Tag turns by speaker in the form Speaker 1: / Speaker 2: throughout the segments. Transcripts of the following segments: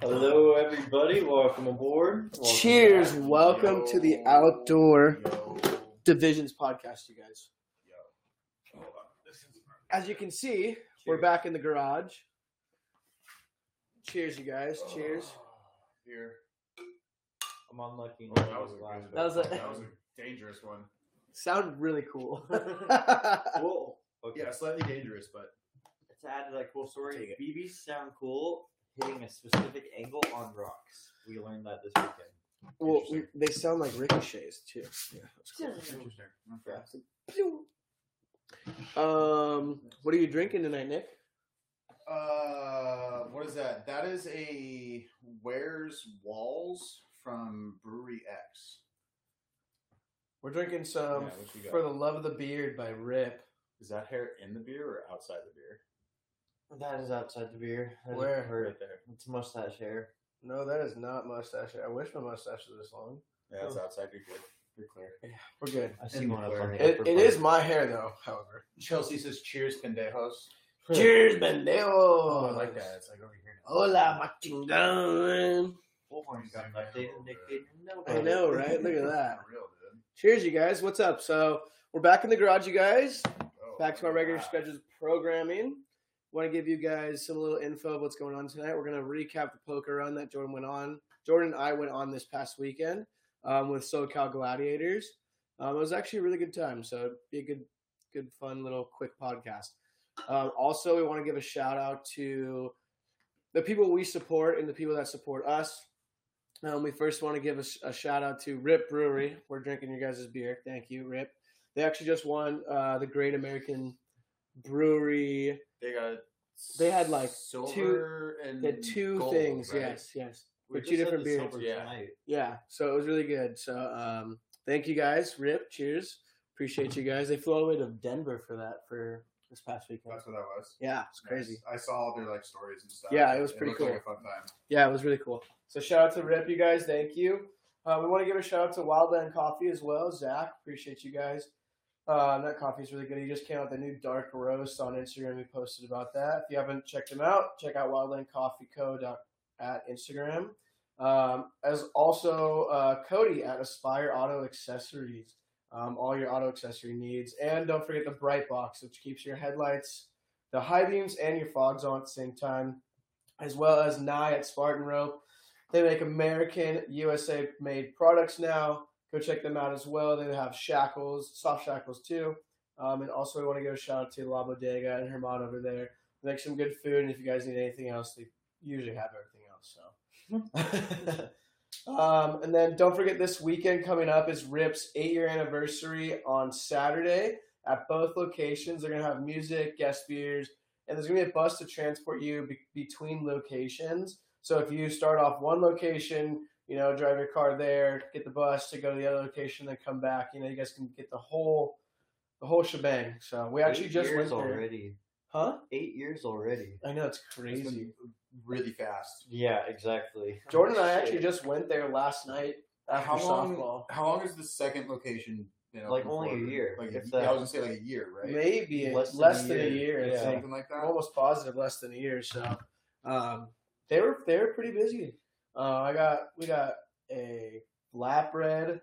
Speaker 1: Hello, everybody. Welcome aboard. Welcome
Speaker 2: Cheers.
Speaker 1: back.
Speaker 2: Welcome
Speaker 1: Yo.
Speaker 2: to the Outdoor
Speaker 1: Yo.
Speaker 2: Divisions podcast, you guys.
Speaker 1: Yo. Hold on. This is-
Speaker 2: As you can see, we're
Speaker 1: Cheers.
Speaker 2: back in the garage. Cheers, you guys. Cheers.
Speaker 1: Here. I'm unlucky.
Speaker 3: Oh, that was a good-
Speaker 2: That was a-
Speaker 3: that was a dangerous one.
Speaker 2: Sound really cool.
Speaker 1: Whoa. Okay.
Speaker 3: Yeah, slightly dangerous, but
Speaker 1: It's added like cool
Speaker 2: Take
Speaker 1: story.
Speaker 2: it.
Speaker 1: BBs sound cool hitting a specific angle on rocks. We learned that this weekend.
Speaker 2: well, we- they sound like ricochets too. Yeah, that's
Speaker 1: Yeah.
Speaker 2: cool. Um, what are you drinking tonight, Nick?
Speaker 3: Uh, what is that? That is a Where's Walls from Brewery X.
Speaker 2: We're drinking some
Speaker 3: Yeah, what you got?
Speaker 2: for the love of the beard by Rip.
Speaker 3: Is that hair in the beer or outside the beer?
Speaker 1: That is outside the beer. That is
Speaker 2: Where?
Speaker 1: Right
Speaker 3: Right there.
Speaker 1: It's mustache hair.
Speaker 2: No, that is not mustache. hair. I wish my mustache was this long.
Speaker 3: Yeah, it's
Speaker 1: Oh.
Speaker 3: outside. You're good. You're clear.
Speaker 2: We're good.
Speaker 1: I see
Speaker 3: And
Speaker 1: one up
Speaker 3: where?
Speaker 1: on the
Speaker 2: It,
Speaker 1: upper
Speaker 2: it
Speaker 1: part.
Speaker 2: is my hair though. However.
Speaker 3: Chelsea says, "Cheers, pendejos."
Speaker 2: Cheers, Bendeo.
Speaker 3: Oh, I like that. It's like over here.
Speaker 2: Hola, Machingan.
Speaker 1: Bullhorn got
Speaker 3: Exactly.
Speaker 1: updated. Nick didn't know
Speaker 2: I
Speaker 1: about it.
Speaker 2: know, right? Look at that.
Speaker 3: For real, dude.
Speaker 2: Cheers, you guys. What's up? So we're back in the garage, you guys.
Speaker 3: Oh,
Speaker 2: Back to our regular
Speaker 3: wow.
Speaker 2: scheduled programming. Want to give you guys some little info of what's going on tonight. We're going to recap the poker run that Jordan went on. Jordan and I went on this past weekend um, with SoCal Gladiators. Um, it was actually a really good time, so it'd be a good, good, fun little quick podcast. Um, also, we want to give a shout out to the people we support and the people that support us. Um, we first want to give a, sh- a shout out to Rip Brewery. We're drinking your guys' beer. Thank you, Rip. They actually just won uh, the Great American Brewery.
Speaker 3: They got.
Speaker 2: They had, like,
Speaker 3: silver and
Speaker 2: The two
Speaker 3: Mm, gold,
Speaker 2: things,
Speaker 3: right?
Speaker 2: yes, yes.
Speaker 1: We
Speaker 2: With
Speaker 1: just
Speaker 2: two
Speaker 1: had
Speaker 2: different
Speaker 1: the
Speaker 2: beers.
Speaker 1: silver
Speaker 3: Yeah.
Speaker 1: tonight.
Speaker 2: Yeah, so it was really good. So um, thank you guys, Rip. Cheers. Appreciate you guys. They flew all the way to Denver for that for this past weekend.
Speaker 3: That's what that was.
Speaker 2: Yeah, it's crazy.
Speaker 3: I saw all their like stories and stuff.
Speaker 2: Yeah, it was pretty
Speaker 3: looked Like a fun time.
Speaker 2: Yeah, it was really cool. So shout out to Rip, you guys. Thank you. Uh, we want to give a shout out to Wildland Coffee as well. Zach, appreciate you guys. Uh, that coffee is really good. He just came out with a new dark roast on Instagram. We posted about that. If you haven't checked him out, check out Wildland Coffee Co. dot- at Instagram. Um, as also uh, Cody at Aspire Auto Accessories. Um, all your auto accessory needs, and don't forget the Bright Box, which keeps your headlights, the high beams, and your fogs on at the same time as well as Nye at Spartan Rope. They make American USA made products now. Go check them out as well. They have shackles, soft shackles too. Um, and also, we want to give a shout out to La Bodega and her mom over there. They make some good food. And if you guys need anything else, they usually have everything else. So. um, and then don't forget this weekend coming up is Rip's eight year anniversary on Saturday at both locations. They're going to have music, guest beers, and there's going to be a bus to transport you be- between locations. So if you start off one location, you know, drive your car there, get the bus to go to the other location, then come back. You know, you guys can get the whole, the whole shebang. So we actually
Speaker 1: Eight
Speaker 2: just
Speaker 1: years
Speaker 2: went there,
Speaker 1: already.
Speaker 2: huh?
Speaker 1: Eight years already.
Speaker 2: I know it's
Speaker 3: It's been
Speaker 2: crazy.
Speaker 3: really fast.
Speaker 1: Yeah, exactly.
Speaker 2: Jordan and I actually just went there last night after
Speaker 3: How long?
Speaker 2: softball.
Speaker 3: How long has the second location been?
Speaker 1: Like
Speaker 3: open
Speaker 1: only a
Speaker 3: for?
Speaker 1: year,
Speaker 3: Like
Speaker 1: if
Speaker 3: yeah,
Speaker 1: that.
Speaker 3: I was gonna say like a year, right?
Speaker 2: Maybe less
Speaker 1: Less
Speaker 2: than,
Speaker 1: than a
Speaker 2: a
Speaker 1: year.
Speaker 2: year.
Speaker 1: Yeah.
Speaker 2: It's like,
Speaker 3: Something like that.
Speaker 2: I'm almost positive less than a year. So um, they were they were pretty busy. Uh, I got we got a flatbread,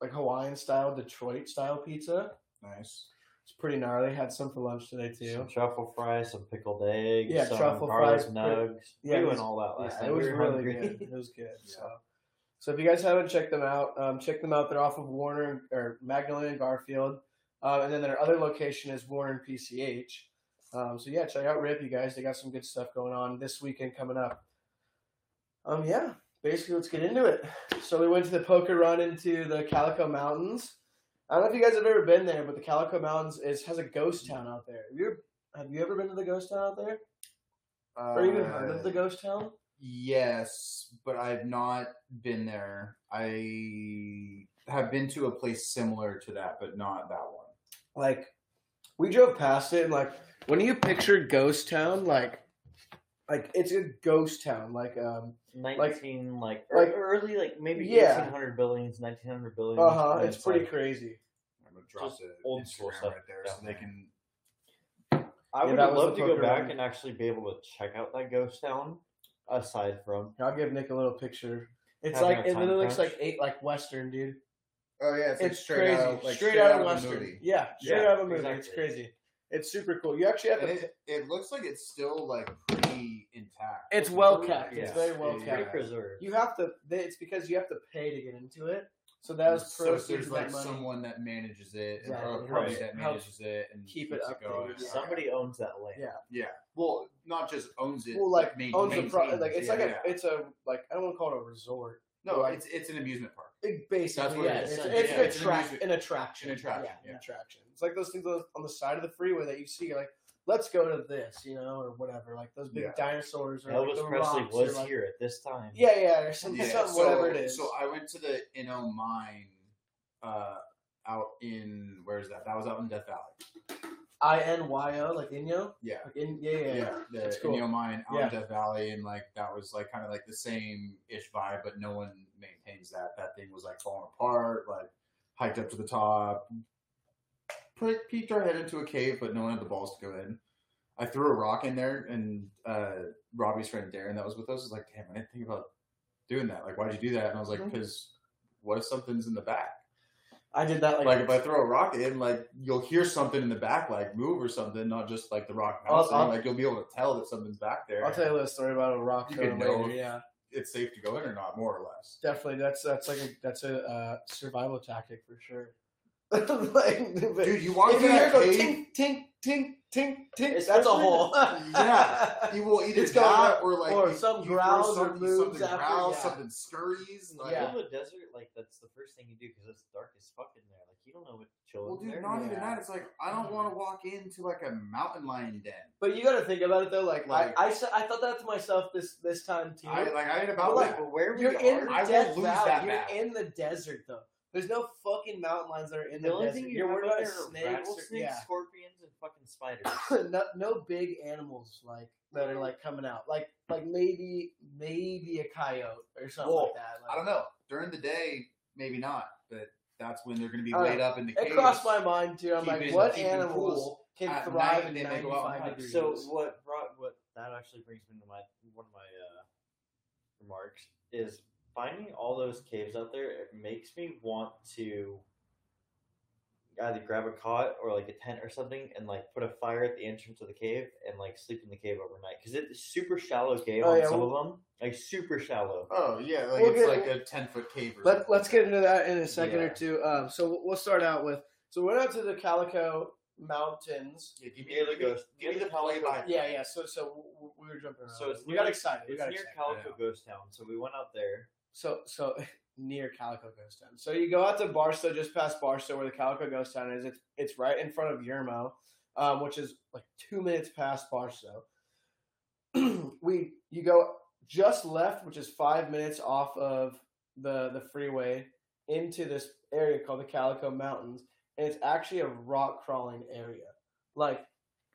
Speaker 2: like Hawaiian style, Detroit style pizza.
Speaker 3: nice.
Speaker 2: It's pretty gnarly. Had some for lunch today too.
Speaker 1: Some truffle fries, some pickled eggs,
Speaker 2: Yeah,
Speaker 1: some
Speaker 2: truffle
Speaker 1: garlic
Speaker 2: fries,
Speaker 1: nugs.
Speaker 2: yeah,
Speaker 1: we
Speaker 2: it
Speaker 1: went
Speaker 2: was-
Speaker 1: all out last
Speaker 2: Yeah,
Speaker 1: night.
Speaker 2: it was
Speaker 1: we were
Speaker 2: really
Speaker 1: hungry.
Speaker 2: good. It was good. So, so if you guys haven't checked them out, um, check them out. They're off of Warner or Magnolia and Garfield, um, and then their other location is Warner and PCH. Um, so yeah, check out Rip, you guys. They got some good stuff going on this weekend coming up. Um, yeah, basically, let's get into it. So we went to the poker run into the Calico Mountains. I don't know if you guys have ever been there, but the Calico Mountains is has a ghost town out there. Have you ever, have you ever been to the ghost town out there, or even heard
Speaker 1: Uh,
Speaker 2: of the ghost town?
Speaker 3: Uh, Yes, but I've not been there. I have been to a place similar to that, but not that one.
Speaker 2: like we drove past it and like when you picture ghost town like like it's a ghost town like um
Speaker 1: Nineteen, like,
Speaker 2: like-
Speaker 1: early, like maybe
Speaker 2: Yeah.
Speaker 1: eighteen hundred buildings, nineteen hundred buildings.
Speaker 2: uh-huh
Speaker 1: and
Speaker 2: it's pretty
Speaker 1: like-
Speaker 2: crazy
Speaker 3: I'm gonna drop
Speaker 1: Just
Speaker 3: the
Speaker 1: old school
Speaker 3: Instagram
Speaker 1: stuff
Speaker 3: right there,
Speaker 1: down
Speaker 3: so they
Speaker 1: there.
Speaker 3: can.
Speaker 1: I
Speaker 2: Yeah,
Speaker 1: would
Speaker 2: that was
Speaker 1: love
Speaker 2: the
Speaker 1: to go
Speaker 2: poker
Speaker 1: back
Speaker 2: run.
Speaker 1: and actually be able to check out that ghost town. aside from.
Speaker 2: I'll give Nick a little picture. It's
Speaker 1: Having
Speaker 2: like
Speaker 1: a
Speaker 2: it
Speaker 1: time
Speaker 2: literally looks
Speaker 1: crunch.
Speaker 2: like eight like Western, dude.
Speaker 3: Oh yeah, it's, like
Speaker 2: It's
Speaker 3: straight
Speaker 2: crazy.
Speaker 3: out, like,
Speaker 2: straight, out of
Speaker 3: the
Speaker 2: Western.
Speaker 3: movie.
Speaker 2: Yeah, straight
Speaker 1: Yeah,
Speaker 2: out of a movie. It's
Speaker 1: exactly.
Speaker 2: crazy. It's super cool. You actually have
Speaker 3: And
Speaker 2: to.
Speaker 3: it, it looks like it's still like pretty intact.
Speaker 2: It's
Speaker 3: Like,
Speaker 2: well
Speaker 3: really
Speaker 2: kept. It's
Speaker 3: nice.
Speaker 2: very well
Speaker 1: It's
Speaker 2: Yeah.
Speaker 1: pretty
Speaker 2: kept.
Speaker 1: preserved.
Speaker 2: you have to. they- It's because you have to pay to get into it. So that was
Speaker 3: so
Speaker 2: proceeds
Speaker 3: there's
Speaker 2: of
Speaker 3: like
Speaker 2: that money.
Speaker 3: someone that manages it, and
Speaker 2: Exactly.
Speaker 3: or a company
Speaker 1: Helps-
Speaker 3: that
Speaker 2: helps
Speaker 3: manages it, and
Speaker 2: keep it
Speaker 3: keeps
Speaker 2: updated,
Speaker 3: going.
Speaker 2: yeah.
Speaker 1: Somebody owns that land.
Speaker 2: Yeah.
Speaker 3: Yeah. Well, not just owns it.
Speaker 2: Well, like
Speaker 3: main-
Speaker 2: owns the
Speaker 3: maintains
Speaker 2: pro- like
Speaker 3: it.
Speaker 2: it's
Speaker 3: yeah,
Speaker 2: like a
Speaker 3: yeah.
Speaker 2: it's a like I don't want to call it a resort.
Speaker 3: no,
Speaker 2: like-
Speaker 3: it's it's an amusement park.
Speaker 2: It basically,
Speaker 3: That's what
Speaker 2: yeah,
Speaker 3: it is.
Speaker 2: It's,
Speaker 3: Yeah,
Speaker 2: it's
Speaker 3: yeah,
Speaker 2: an,
Speaker 3: it's an
Speaker 2: attract-
Speaker 3: amusement-
Speaker 2: an attraction.
Speaker 3: an attraction,
Speaker 2: Yeah,
Speaker 3: yeah.
Speaker 2: an attraction. It's like those things on on the side of the freeway that you see, like let's go to this, you know, or whatever. Like those big
Speaker 3: Yeah.
Speaker 2: dinosaurs. Or like,
Speaker 1: Elvis
Speaker 2: the
Speaker 1: Presley
Speaker 2: rocks, or,
Speaker 1: was
Speaker 2: like-
Speaker 1: here at this time.
Speaker 2: Yeah, yeah, or something,
Speaker 3: Yeah,
Speaker 2: something
Speaker 3: so,
Speaker 2: whatever it is.
Speaker 3: So I went to the NO mine uh, out in where is that? That was out in Death Valley.
Speaker 2: I N Y O, like Inyo.
Speaker 3: Yeah.
Speaker 2: Like in, yeah, yeah, yeah.
Speaker 3: the
Speaker 2: That's cool.
Speaker 3: Neo Mine out
Speaker 2: Yeah.
Speaker 3: in Death Valley, and like that was like kind of like the same ish vibe, but no one maintains that. That thing was like falling apart, like hiked up to the top, put, peeked our head into a cave, but no one had the balls to go in. I threw a rock in there, and uh, Robbie's friend Darren that was with us was like, "Damn, I didn't think about doing that. Like, why'd you do that?" And I was like,
Speaker 2: Mm-hmm.
Speaker 3: "Because what if something's in the back?
Speaker 2: I did that like,
Speaker 3: Like, if I throw a rock in, like you'll hear something in the back, like move or something, not just like the rock
Speaker 2: I'll-
Speaker 3: bouncing.
Speaker 2: I'll-
Speaker 3: like you'll be able to tell that something's back there.
Speaker 2: I'll tell you a little story about a rock
Speaker 3: You
Speaker 2: throw
Speaker 3: could know
Speaker 2: later.
Speaker 3: if-
Speaker 2: Yeah,
Speaker 3: it's safe to go in or not, more or less.
Speaker 2: definitely. That's that's like a that's a uh, survival tactic for sure. like, but-
Speaker 3: Dude, you
Speaker 2: if
Speaker 3: walk into
Speaker 2: you hear
Speaker 3: that
Speaker 2: it go
Speaker 3: cave,
Speaker 2: tink tink tink tink tink, that's a
Speaker 1: Especially-
Speaker 2: hole.
Speaker 3: Yeah. you will either
Speaker 2: It's going
Speaker 3: die
Speaker 2: up,
Speaker 3: or like
Speaker 2: or
Speaker 3: you-
Speaker 2: some
Speaker 3: you throw
Speaker 2: growls or
Speaker 3: something,
Speaker 2: moves
Speaker 3: something
Speaker 2: after,
Speaker 3: growls,
Speaker 2: yeah.
Speaker 3: something scurries. Like,
Speaker 2: Yeah.
Speaker 1: In the desert, like that's the first thing you do because it's dark as fuck in there. Like you don't know what to chill
Speaker 3: Well,
Speaker 1: in there.
Speaker 3: dude, not even
Speaker 2: Yeah.
Speaker 3: that. It's like I don't want to walk into like a mountain lion den.
Speaker 2: But you got to think about it though. Like,
Speaker 3: Like-
Speaker 2: I, I, said- I thought that to myself this this time too.
Speaker 3: I like I ain't
Speaker 2: But,
Speaker 3: about
Speaker 2: like,
Speaker 3: that.
Speaker 1: where
Speaker 2: You're in
Speaker 3: I will
Speaker 2: Death
Speaker 3: lose
Speaker 2: Valley.
Speaker 3: that
Speaker 2: You're
Speaker 3: battle.
Speaker 2: in the desert though. There's no fucking mountain lions that are in the,
Speaker 1: the only
Speaker 2: desert.
Speaker 1: thing
Speaker 2: You're
Speaker 1: you're
Speaker 2: worried
Speaker 1: worried
Speaker 2: about
Speaker 1: about
Speaker 2: is
Speaker 1: are
Speaker 2: snakes.
Speaker 1: rattlesnakes,
Speaker 2: or- yeah.
Speaker 1: scorpions, and fucking spiders.
Speaker 2: no, no big animals like that are like coming out. Like like maybe maybe a coyote or something
Speaker 3: Well,
Speaker 2: like that. Like,
Speaker 3: I don't know. During the day, maybe not, but that's when they're going to be
Speaker 2: I don't
Speaker 3: laid up in the
Speaker 2: It
Speaker 3: cage.
Speaker 2: crossed my mind too. I'm
Speaker 3: Keep
Speaker 2: like,
Speaker 3: it-
Speaker 2: what
Speaker 3: keep it cool.
Speaker 2: animals can
Speaker 3: At
Speaker 2: thrive
Speaker 3: night,
Speaker 2: in
Speaker 3: they may go out
Speaker 2: 95
Speaker 3: and hunt.
Speaker 2: degrees?
Speaker 1: So what brought what that actually brings me to my one of my uh, remarks is finding all those caves out there. It makes me want to either grab a cot or like a tent or something and like put a fire at the entrance of the cave and like sleep in the cave overnight because it's super shallow cave
Speaker 2: Oh,
Speaker 1: on
Speaker 2: yeah,
Speaker 1: some
Speaker 2: well-
Speaker 1: of them, like super shallow.
Speaker 3: Oh yeah, like
Speaker 2: We'll
Speaker 3: it's
Speaker 2: get-
Speaker 3: like a ten foot cave. Or
Speaker 2: Let,
Speaker 3: something.
Speaker 2: let's get into that in a second or
Speaker 1: Yeah.
Speaker 2: two. Um, so we'll- we'll start out with. So we're out to the Calico Mountains.
Speaker 3: Yeah, give me,
Speaker 1: Near the
Speaker 3: give me-
Speaker 1: ghost-
Speaker 3: give me
Speaker 1: near
Speaker 3: the
Speaker 1: the
Speaker 3: Pelican
Speaker 1: ghost-
Speaker 2: Yeah, yeah. So so w- w- we were jumping around.
Speaker 1: So it's
Speaker 2: Uh, we
Speaker 1: near-
Speaker 2: got excited. We
Speaker 1: It's
Speaker 2: got
Speaker 1: near
Speaker 2: excited.
Speaker 1: Calico Ghost Town, so we went out there.
Speaker 2: So so near Calico Ghost Town. So you go out to Barstow, just past Barstow, where the Calico Ghost Town is. It's it's right in front of Yermo, um, which is like two minutes past Barstow. we you go just left, which is five minutes off of the the freeway, into this area called the Calico Mountains, and it's actually a rock crawling area. Like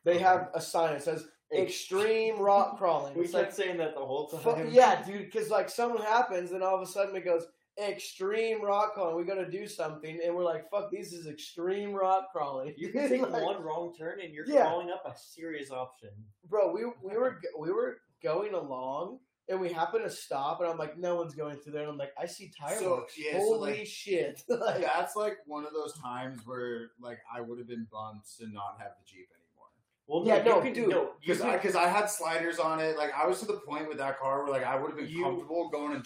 Speaker 2: they have a sign that says extreme rock crawling.
Speaker 1: We
Speaker 2: It's like
Speaker 1: kept saying that the whole time.
Speaker 2: Fu- yeah, dude, because like something happens, and all of a sudden it goes extreme rock crawling. We gotta do something, and we're like, "Fuck, this is extreme rock crawling."
Speaker 1: You can take
Speaker 2: Like,
Speaker 1: one wrong turn and you're
Speaker 2: Yeah.
Speaker 1: calling up a serious option.
Speaker 2: bro. We we were g- we were going along, and we happened to stop, and I'm like, "No one's going through there." And I'm like, "I see tire
Speaker 3: So,
Speaker 2: marks.
Speaker 3: yeah, so,
Speaker 2: Holy
Speaker 3: like-
Speaker 2: shit!" like,
Speaker 3: That's like one of those times where like I would have been bummed to not have the Jeep anymore.
Speaker 1: Well,
Speaker 2: Yeah, no,
Speaker 1: you can
Speaker 2: dude.
Speaker 1: No, you
Speaker 3: Because I
Speaker 1: can,
Speaker 3: because I had sliders on it. Like I was to the point with that car where like I would have been
Speaker 1: You-
Speaker 3: comfortable going and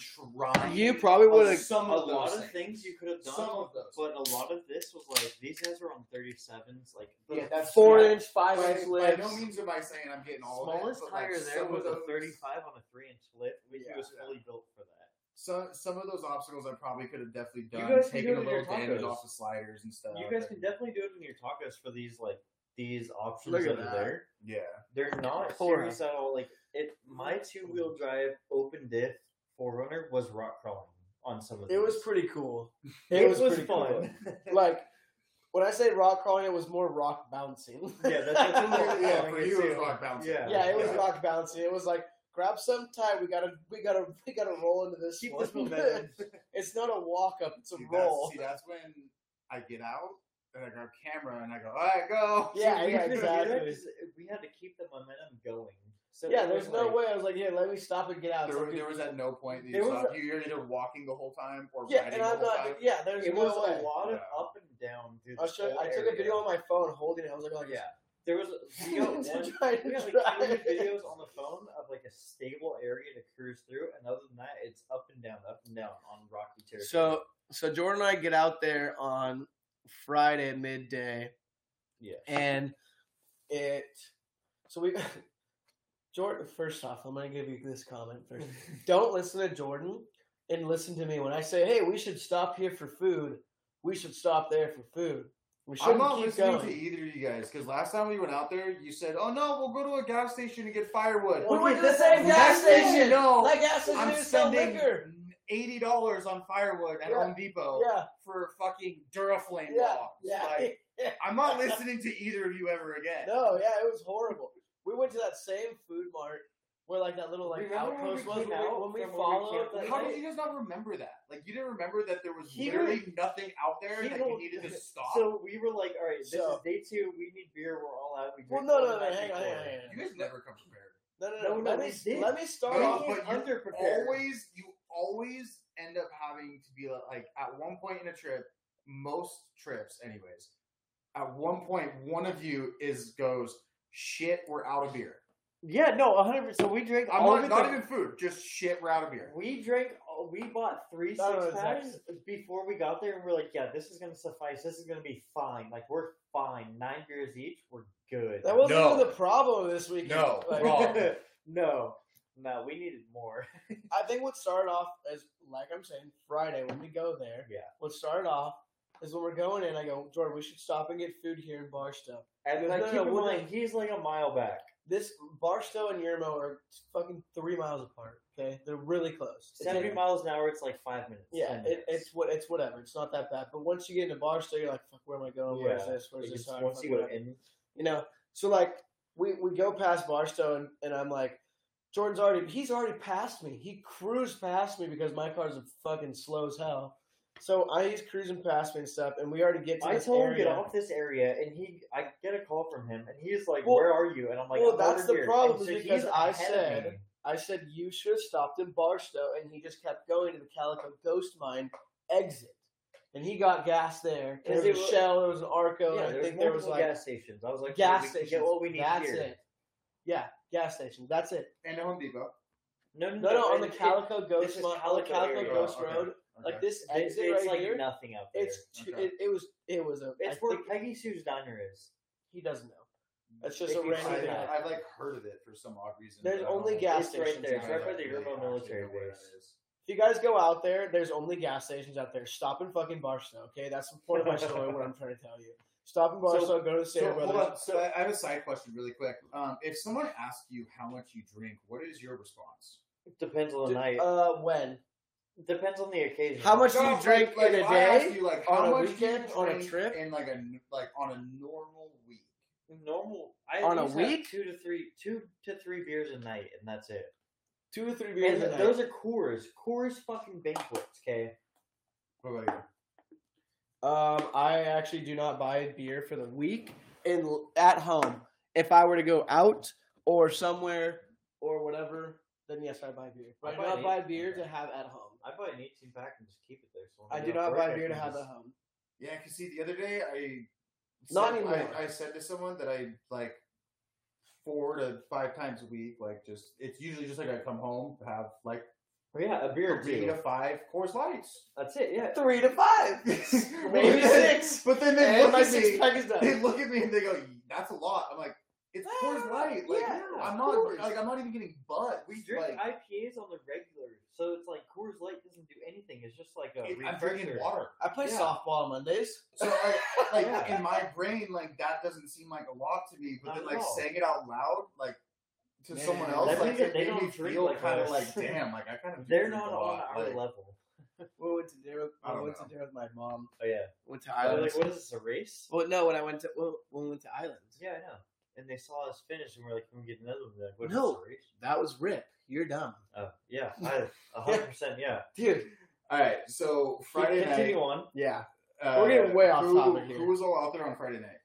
Speaker 3: trying.
Speaker 2: you probably
Speaker 3: on
Speaker 2: would have.
Speaker 1: a
Speaker 3: some of those
Speaker 1: lot of
Speaker 3: things.
Speaker 1: things you could have done,
Speaker 3: Some of those.
Speaker 1: but a lot of this was like these guys were on thirty sevens, like the
Speaker 3: Yeah, that's
Speaker 2: Four
Speaker 3: yeah.
Speaker 2: inch, five
Speaker 3: By-
Speaker 2: inch
Speaker 3: by,
Speaker 2: lips.
Speaker 3: no means am I saying I'm getting all
Speaker 1: smallest
Speaker 3: of it, but, like,
Speaker 1: tire there
Speaker 3: some of
Speaker 1: was a
Speaker 3: those-
Speaker 1: thirty-five on a three-inch lift, which
Speaker 2: Yeah.
Speaker 1: was
Speaker 3: Yeah.
Speaker 1: fully built for that.
Speaker 3: Some some of those obstacles I probably could have definitely done.
Speaker 1: guys can do
Speaker 3: taken a
Speaker 1: it with
Speaker 3: little
Speaker 1: your
Speaker 3: damage
Speaker 1: tacos.
Speaker 3: off the sliders and stuff.
Speaker 1: You guys can
Speaker 3: and-
Speaker 1: definitely do it in your tacos for these like these options
Speaker 2: Look
Speaker 1: that
Speaker 2: at
Speaker 1: are
Speaker 2: that.
Speaker 1: there.
Speaker 3: yeah.
Speaker 1: They're not
Speaker 2: Four.
Speaker 1: serious at all. Like it, my two-wheel drive open diff forerunner was rock crawling on some of
Speaker 2: It was
Speaker 1: these.
Speaker 2: pretty cool.
Speaker 1: It, was,
Speaker 2: pretty cool.
Speaker 1: fun.
Speaker 2: Like when I say rock crawling, it was more rock bouncing.
Speaker 1: Yeah, that's- that's what
Speaker 3: yeah,
Speaker 1: we're
Speaker 3: yeah,
Speaker 1: calling
Speaker 3: for
Speaker 1: it
Speaker 3: you it was
Speaker 1: too.
Speaker 3: rock bouncing.
Speaker 1: Yeah.
Speaker 2: Yeah, it was rock bouncing. It was like grab some tight. We gotta, we gotta, we gotta roll into this.
Speaker 1: Keep
Speaker 2: one.
Speaker 1: this momentum.
Speaker 2: it's not a walk up. It's a
Speaker 3: See, that's-
Speaker 2: roll.
Speaker 3: see, that's when I get out and I grab camera and I go, all right, go.
Speaker 2: Yeah,
Speaker 1: See,
Speaker 2: yeah,
Speaker 1: we- we
Speaker 2: exactly.
Speaker 1: had to- We had to keep the momentum going.
Speaker 3: So
Speaker 2: yeah,
Speaker 3: it
Speaker 2: there's
Speaker 3: was
Speaker 2: no
Speaker 3: like-
Speaker 2: way. I was like, yeah, let me stop and get out. It's
Speaker 3: There,
Speaker 2: like,
Speaker 3: was- there was at no point that you
Speaker 2: There was
Speaker 3: stopped. You're either walking the whole time or
Speaker 2: yeah,
Speaker 3: riding
Speaker 2: and
Speaker 3: the
Speaker 2: I'm
Speaker 3: whole
Speaker 2: not.
Speaker 3: time.
Speaker 2: Yeah, there's
Speaker 1: It
Speaker 2: no
Speaker 1: was
Speaker 2: way.
Speaker 1: a lot of
Speaker 3: Yeah.
Speaker 1: up and down. Dude,
Speaker 2: I, showed, I took a video on my phone holding it. I was like, oh
Speaker 1: Yeah, there was. We got one.
Speaker 2: To try to
Speaker 1: We got
Speaker 2: drive.
Speaker 1: like three videos on the phone of like a stable area to cruise through, and other than that, it's up and down, up and down on rocky territory.
Speaker 2: So so Jordan and I get out there on Friday midday,
Speaker 1: yeah,
Speaker 2: and it. So we, Jordan. First off, I'm gonna give you this comment first. Don't listen to Jordan, and listen to me when I say, "Hey, we should stop here for food. We should stop there for food. We
Speaker 3: I'm
Speaker 2: shouldn't
Speaker 3: not
Speaker 2: keep
Speaker 3: listening
Speaker 2: going."
Speaker 3: to either of you guys because last time we went out there, you said, "Oh no, we'll go to a gas station and get firewood."
Speaker 2: We went to the
Speaker 1: Next
Speaker 2: same gas
Speaker 3: thing you
Speaker 2: station.
Speaker 3: know,
Speaker 2: that gas station
Speaker 3: I'm
Speaker 2: is sell
Speaker 3: spending
Speaker 2: liquor.
Speaker 3: eighty dollars on firewood at
Speaker 2: Yeah.
Speaker 3: Home
Speaker 1: Oh,
Speaker 3: Depot
Speaker 2: Yeah,
Speaker 3: for fucking Duraflame
Speaker 2: yeah,
Speaker 3: logs.
Speaker 2: yeah.
Speaker 3: Like, I'm not listening to either of you ever again.
Speaker 2: No, yeah, it was horrible. We went to that same food mart where like that little like
Speaker 1: Remember when
Speaker 2: outpost
Speaker 1: we
Speaker 2: was
Speaker 1: came
Speaker 2: when we,
Speaker 1: out
Speaker 2: when we
Speaker 1: from where we
Speaker 2: followed.
Speaker 1: camped?
Speaker 2: that
Speaker 3: How
Speaker 2: night?
Speaker 3: did you guys not remember that? Like you didn't remember that there was
Speaker 1: He
Speaker 3: literally nothing out there
Speaker 1: he
Speaker 3: that
Speaker 1: don't-
Speaker 3: you needed to stop.
Speaker 1: So we were like, all right, this
Speaker 2: So-
Speaker 1: is day two. We need beer. We're all out. We
Speaker 2: Well,
Speaker 1: drink
Speaker 2: no,
Speaker 1: all
Speaker 2: no, no,
Speaker 1: night
Speaker 2: hang on, hang
Speaker 1: before.
Speaker 2: on, hang on.
Speaker 3: you guys never come prepared.
Speaker 2: No, no, no.
Speaker 1: No, no,
Speaker 2: let,
Speaker 1: we
Speaker 2: me,
Speaker 1: did.
Speaker 2: let me start
Speaker 3: No,
Speaker 2: off.
Speaker 3: but you
Speaker 1: under
Speaker 3: always you always end up having to be like at one point in a trip most trips anyways at one point one of you is goes shit we're out of beer
Speaker 1: Yeah, no, 100. percent So we drank.
Speaker 3: i'm
Speaker 1: all
Speaker 3: not,
Speaker 1: of
Speaker 3: not
Speaker 1: the-
Speaker 3: even food just shit we're out of beer
Speaker 1: We drank. all- We bought three
Speaker 2: No, no,
Speaker 1: six
Speaker 2: Zach.
Speaker 1: packs before we got there, and we're like, "Yeah, this is gonna suffice. This is gonna be fine. Like we're fine. Nine beers each. We're good."
Speaker 2: That wasn't
Speaker 3: No.
Speaker 2: even the problem this weekend.
Speaker 3: No,
Speaker 2: Like,
Speaker 3: wrong.
Speaker 1: no, no, we needed more.
Speaker 2: I think what started off as like I'm saying Friday when we go there.
Speaker 1: Yeah.
Speaker 2: What started off is when we're going in. I go, Jordan, we should stop and get food here in Barstow.
Speaker 1: And
Speaker 2: No,
Speaker 1: like,
Speaker 2: no,
Speaker 1: keep in
Speaker 2: we're
Speaker 1: mind, he's like a mile back.
Speaker 2: This Barstow and Yermo are fucking three miles apart. Okay, they're really close. It's
Speaker 1: Seventy
Speaker 2: like-
Speaker 1: miles an hour. It's like five minutes.
Speaker 2: Yeah,
Speaker 1: ten
Speaker 2: it,
Speaker 1: minutes.
Speaker 2: it's what it's whatever. It's not that bad. But once you get into Barstow, you're like, "Fuck, where am I going? Where is
Speaker 1: Yeah.
Speaker 2: this? Where is
Speaker 1: Like,
Speaker 2: this?
Speaker 1: it's-
Speaker 2: How-
Speaker 1: once
Speaker 2: fuck,
Speaker 1: you go
Speaker 2: whatever."
Speaker 1: in,
Speaker 2: you know. So like, we we go past Barstow, and, and I'm like, Jordan's already he's already passed me. He cruised past me because my car's fucking slow as hell. So I he's cruising past me and stuff, and we already get to
Speaker 1: I
Speaker 2: this
Speaker 1: told him
Speaker 2: area.
Speaker 1: get off this area, and he, I get a call from him, and he's like,
Speaker 2: Well-
Speaker 1: "Where are you?" And I'm like,
Speaker 2: well,
Speaker 1: "I'm
Speaker 2: that's
Speaker 1: over
Speaker 2: the
Speaker 1: here." And
Speaker 2: problem is
Speaker 1: so he's
Speaker 2: because I
Speaker 1: ahead of
Speaker 2: said-
Speaker 1: me.
Speaker 2: I said you should have stopped in Barstow, and he just kept going to the Calico Ghost Mine exit. And he got gas there. 'cause
Speaker 1: Is
Speaker 2: There
Speaker 1: it
Speaker 2: was
Speaker 1: what-
Speaker 2: Shell. There was an Arco.
Speaker 1: yeah,
Speaker 2: and I
Speaker 1: there's
Speaker 2: think there was
Speaker 1: multiple
Speaker 2: like
Speaker 1: gas stations. I was like,
Speaker 2: gas
Speaker 1: "We can
Speaker 2: stations.
Speaker 1: Get what we need
Speaker 2: That's
Speaker 1: here.
Speaker 2: it. Yeah, gas stations. That's it.
Speaker 3: and at home depot
Speaker 1: No, no,
Speaker 2: No, no, on
Speaker 1: and
Speaker 2: the
Speaker 1: it-
Speaker 2: Calico
Speaker 1: this
Speaker 2: Ghost,
Speaker 1: is
Speaker 2: Mile- on the
Speaker 1: Calico
Speaker 2: Calico
Speaker 1: area.
Speaker 2: Ghost
Speaker 3: Oh, okay.
Speaker 2: Road,
Speaker 3: okay.
Speaker 2: like this
Speaker 1: It's,
Speaker 2: exit
Speaker 1: it's
Speaker 2: right
Speaker 1: like
Speaker 2: here.
Speaker 1: nothing out there.
Speaker 2: It's t-
Speaker 3: Okay.
Speaker 2: it, it was it was a.
Speaker 1: it's
Speaker 2: I
Speaker 1: where
Speaker 2: think
Speaker 1: Peggy Sue's diner is.
Speaker 2: he doesn't know. It's just
Speaker 1: If
Speaker 2: a
Speaker 1: you
Speaker 2: random
Speaker 1: find
Speaker 2: thing.
Speaker 1: out.
Speaker 3: I've like heard of it for some odd reason
Speaker 2: There's
Speaker 3: but I don't
Speaker 2: only
Speaker 3: know.
Speaker 2: gas
Speaker 1: It's right
Speaker 2: stations
Speaker 1: there.
Speaker 2: out
Speaker 1: It's right by the
Speaker 3: Yeah,
Speaker 1: Urbo
Speaker 3: actually,
Speaker 1: military
Speaker 3: where it
Speaker 1: base.
Speaker 3: is.
Speaker 2: If you guys go out there, there's only gas stations out there. Stop in fucking Barstow, okay? That's the point of my story. what I'm trying to tell you. Stop in Barstow. go to the
Speaker 3: So,
Speaker 2: Stater
Speaker 3: hold
Speaker 2: Brothers.
Speaker 3: on. so I I have a side question really quick. Um, if someone asks you how much you drink, what is your response?
Speaker 1: Depends on the
Speaker 2: D-
Speaker 1: night.
Speaker 2: Uh, when?
Speaker 1: Depends on the occasion.
Speaker 2: How much do
Speaker 3: No,
Speaker 2: you drink
Speaker 3: like,
Speaker 2: in a
Speaker 3: if I ask
Speaker 2: day?
Speaker 3: you, like,
Speaker 2: On
Speaker 3: how
Speaker 2: a
Speaker 3: much do
Speaker 2: weekend?
Speaker 3: you
Speaker 2: On a
Speaker 3: drink
Speaker 2: trip?
Speaker 3: in like a n- like on a normal week.
Speaker 1: normal? I
Speaker 2: On a
Speaker 1: usually have
Speaker 2: week?
Speaker 1: two to three, two to three beers a night, and that's it.
Speaker 2: Two to three beers
Speaker 1: And
Speaker 2: a night.
Speaker 1: those are Coors, Coors fucking banquets. Okay,
Speaker 3: What about you?
Speaker 2: Um, I actually do not buy beer for the week in at home. If I were to go out or somewhere or whatever, then yes, I buy beer.
Speaker 1: I
Speaker 2: But I, do
Speaker 1: buy
Speaker 2: not
Speaker 1: it.
Speaker 2: buy beer to have at home.
Speaker 1: I buy an eighteen pack and just keep it there. So
Speaker 2: I
Speaker 1: when
Speaker 2: do
Speaker 1: go
Speaker 2: not
Speaker 1: to
Speaker 2: buy
Speaker 1: work, I
Speaker 2: beer to
Speaker 1: can
Speaker 2: have
Speaker 1: just-
Speaker 2: at home.
Speaker 3: Yeah, because see, the other day I
Speaker 2: Not
Speaker 3: said,
Speaker 2: anymore.
Speaker 3: I, I said to someone that I like four to five times a week. Like, just it's usually just like I come home have like
Speaker 1: Well, yeah, a beer or
Speaker 3: three to
Speaker 1: two.
Speaker 3: five course lights.
Speaker 1: That's it. Yeah,
Speaker 2: Three to five, maybe six.
Speaker 3: But then they
Speaker 2: And
Speaker 3: look
Speaker 2: my
Speaker 3: at
Speaker 2: six
Speaker 3: me.
Speaker 2: pack is done.
Speaker 3: They look at me and they go, "That's a lot." I'm like, "It's Coors
Speaker 2: Ah,
Speaker 3: Light." Like,
Speaker 2: yeah,
Speaker 3: I'm
Speaker 2: of
Speaker 3: not
Speaker 2: course.
Speaker 3: like I'm not even getting buds.
Speaker 1: We drink
Speaker 3: Like,
Speaker 1: IPAs on the regular, so it's like Coors Light doesn't do anything. It's just like a
Speaker 3: it- I'm
Speaker 1: refresher.
Speaker 3: drinking water.
Speaker 2: I play
Speaker 1: Yeah.
Speaker 2: softball on Mondays.
Speaker 3: So I, like
Speaker 1: Yeah.
Speaker 3: in my brain, like that doesn't seem like a lot to me. But
Speaker 1: Not
Speaker 3: then,
Speaker 1: at
Speaker 3: like
Speaker 1: all.
Speaker 3: saying it out loud, like to
Speaker 2: Man,
Speaker 3: someone else,
Speaker 2: that
Speaker 3: like
Speaker 1: means that
Speaker 3: it
Speaker 1: they
Speaker 3: made
Speaker 1: don't
Speaker 3: me
Speaker 1: drink
Speaker 3: feel
Speaker 1: like
Speaker 3: kind of
Speaker 1: us.
Speaker 3: like, damn, like I kind of.
Speaker 1: They're not
Speaker 3: a
Speaker 1: on
Speaker 3: lot.
Speaker 1: our
Speaker 3: like,
Speaker 1: level.
Speaker 2: We went to dinner. With,
Speaker 3: I
Speaker 2: I
Speaker 3: don't
Speaker 2: went
Speaker 3: know.
Speaker 2: to dinner with my mom.
Speaker 1: Oh yeah.
Speaker 2: Went to
Speaker 1: I
Speaker 2: Ireland.
Speaker 1: was like, what is this a race?
Speaker 2: well, no, when I went to well, when we went to Ireland,
Speaker 1: Yeah, I know. And they saw us finish, and we're like, "Can we get another one?" They're Like, what is
Speaker 2: No.
Speaker 1: this a race?
Speaker 2: that was Rip. You're dumb,
Speaker 1: Oh, yeah, I, a hundred percent. Yeah.
Speaker 2: dude.
Speaker 3: All right, so Friday
Speaker 1: Continue
Speaker 3: night.
Speaker 1: on.
Speaker 2: Yeah.
Speaker 3: Uh,
Speaker 2: We're getting way off
Speaker 3: who,
Speaker 2: topic here.
Speaker 3: Who was all out there on Friday night?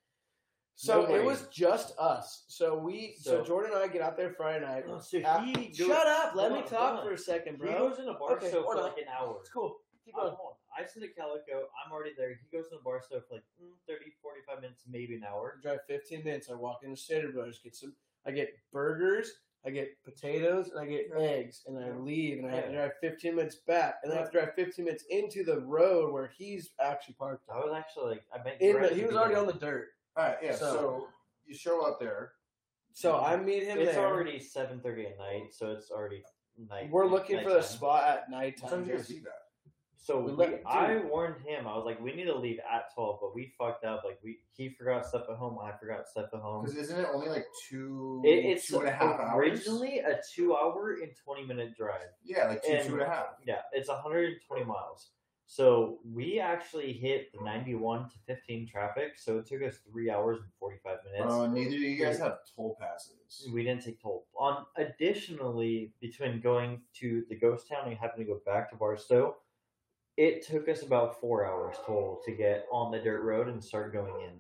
Speaker 2: So
Speaker 1: No
Speaker 2: it
Speaker 1: way.
Speaker 2: was just us. So we, so,
Speaker 1: So-
Speaker 2: Jordan and I get out there Friday night.
Speaker 1: Oh, so
Speaker 2: Ah,
Speaker 1: he goes,
Speaker 2: Shut up! Let
Speaker 1: Hold
Speaker 2: me
Speaker 1: on,
Speaker 2: talk
Speaker 1: hold
Speaker 2: for a second,
Speaker 1: He
Speaker 2: bro.
Speaker 1: goes in a bar
Speaker 2: Okay,
Speaker 1: stow
Speaker 2: or
Speaker 1: for
Speaker 2: not.
Speaker 1: like an hour.
Speaker 2: It's cool. Keep
Speaker 1: I'm
Speaker 2: going.
Speaker 1: home. I sit at Calico. I'm already there. He goes to the bar stow for like mm, 30, 45 minutes, maybe an hour.
Speaker 2: I drive 15 minutes. I walk into Stater Brothers, get some. I get burgers, I get potatoes, and I get eggs, and I leave, and I have to drive 15 minutes back, and I have to drive 15 minutes into the road where he's actually parked.
Speaker 1: I was actually like, I met you
Speaker 2: In
Speaker 1: right
Speaker 2: the,
Speaker 1: at
Speaker 2: he
Speaker 1: the
Speaker 2: was already on
Speaker 1: beginning.
Speaker 2: the dirt,
Speaker 3: All right, yeah.
Speaker 2: So-
Speaker 3: So, you show up there.
Speaker 2: so I meet him
Speaker 1: It's
Speaker 2: there.
Speaker 1: already seven thirty at night, so it's already night.
Speaker 2: We're looking for the
Speaker 1: nighttime.
Speaker 2: spot at
Speaker 3: How did
Speaker 2: nighttime.
Speaker 3: you see that?
Speaker 1: So
Speaker 2: We
Speaker 1: we,
Speaker 2: let-
Speaker 1: I warned him. I was like, we need to leave at twelve, but we fucked up. Like we, he forgot stuff at home. I forgot stuff at home.
Speaker 3: Because isn't it only like two,
Speaker 1: It, it's
Speaker 3: two and a half hours?
Speaker 1: originally a two-hour and twenty-minute drive.
Speaker 3: Yeah, like two,
Speaker 1: and-
Speaker 3: two and a half.
Speaker 1: Yeah, it's 120 miles. So we actually hit the 91 to 15 traffic. So it took us three hours and 45 minutes.
Speaker 3: Uh, neither do you guys have toll passes.
Speaker 1: we didn't take toll. On additionally, between going to the ghost town and having to go back to Barstow, it took us about four hours total to get on the dirt road and start going in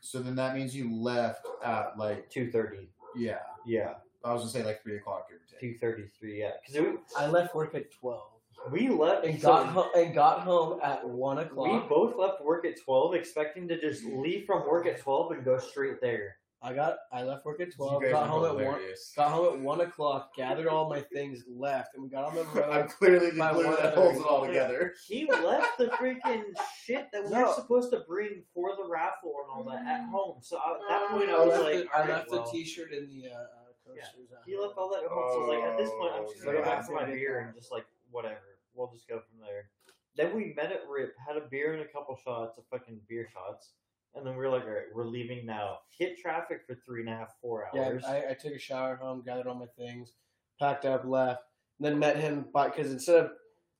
Speaker 3: So then that means you left at like
Speaker 1: 2:30.
Speaker 3: yeah.
Speaker 1: Yeah,
Speaker 3: I was gonna say like three o'clock give or take.
Speaker 1: 2:33. Yeah, because
Speaker 2: I left work at 12
Speaker 1: we left
Speaker 2: and
Speaker 1: so
Speaker 2: got home, and got home at 1
Speaker 1: We
Speaker 2: o'clock.
Speaker 1: both left work at 12, expecting to just leave from work at 12 and go straight there.
Speaker 2: I got I left work at
Speaker 3: You
Speaker 2: 12,
Speaker 3: guys
Speaker 2: got
Speaker 3: are
Speaker 2: home at 1.
Speaker 3: hilarious.
Speaker 2: Got home at one o'clock, gathered all my things, left, and we got on the
Speaker 3: I'm
Speaker 2: road.
Speaker 3: clearly the
Speaker 2: By
Speaker 3: glue
Speaker 2: one
Speaker 3: that
Speaker 2: thirty.
Speaker 3: holds it all together.
Speaker 1: He left the freaking shit that we
Speaker 2: No.
Speaker 1: were supposed to bring for the raffle and all that at home. So I, at that point,
Speaker 2: I
Speaker 1: I was
Speaker 2: left,
Speaker 1: like,
Speaker 2: the, I
Speaker 1: "Alright,
Speaker 2: left
Speaker 1: well."
Speaker 2: the t-shirt in the uh, uh, coasters. at
Speaker 1: He left
Speaker 2: home.
Speaker 1: all that at home. So I was like, at this point, I'm just gonna
Speaker 3: Oh,
Speaker 1: go back for
Speaker 2: yeah.
Speaker 1: my beer and just like whatever. We'll just go from there. Then we met at Rip, had a beer and a couple shots of fucking beer shots, and then we were like, all right, we're leaving now. Hit traffic for three and a half, four hours.
Speaker 2: Yeah, I, I took a shower at home, gathered all my things, packed up, left, and then met him because instead of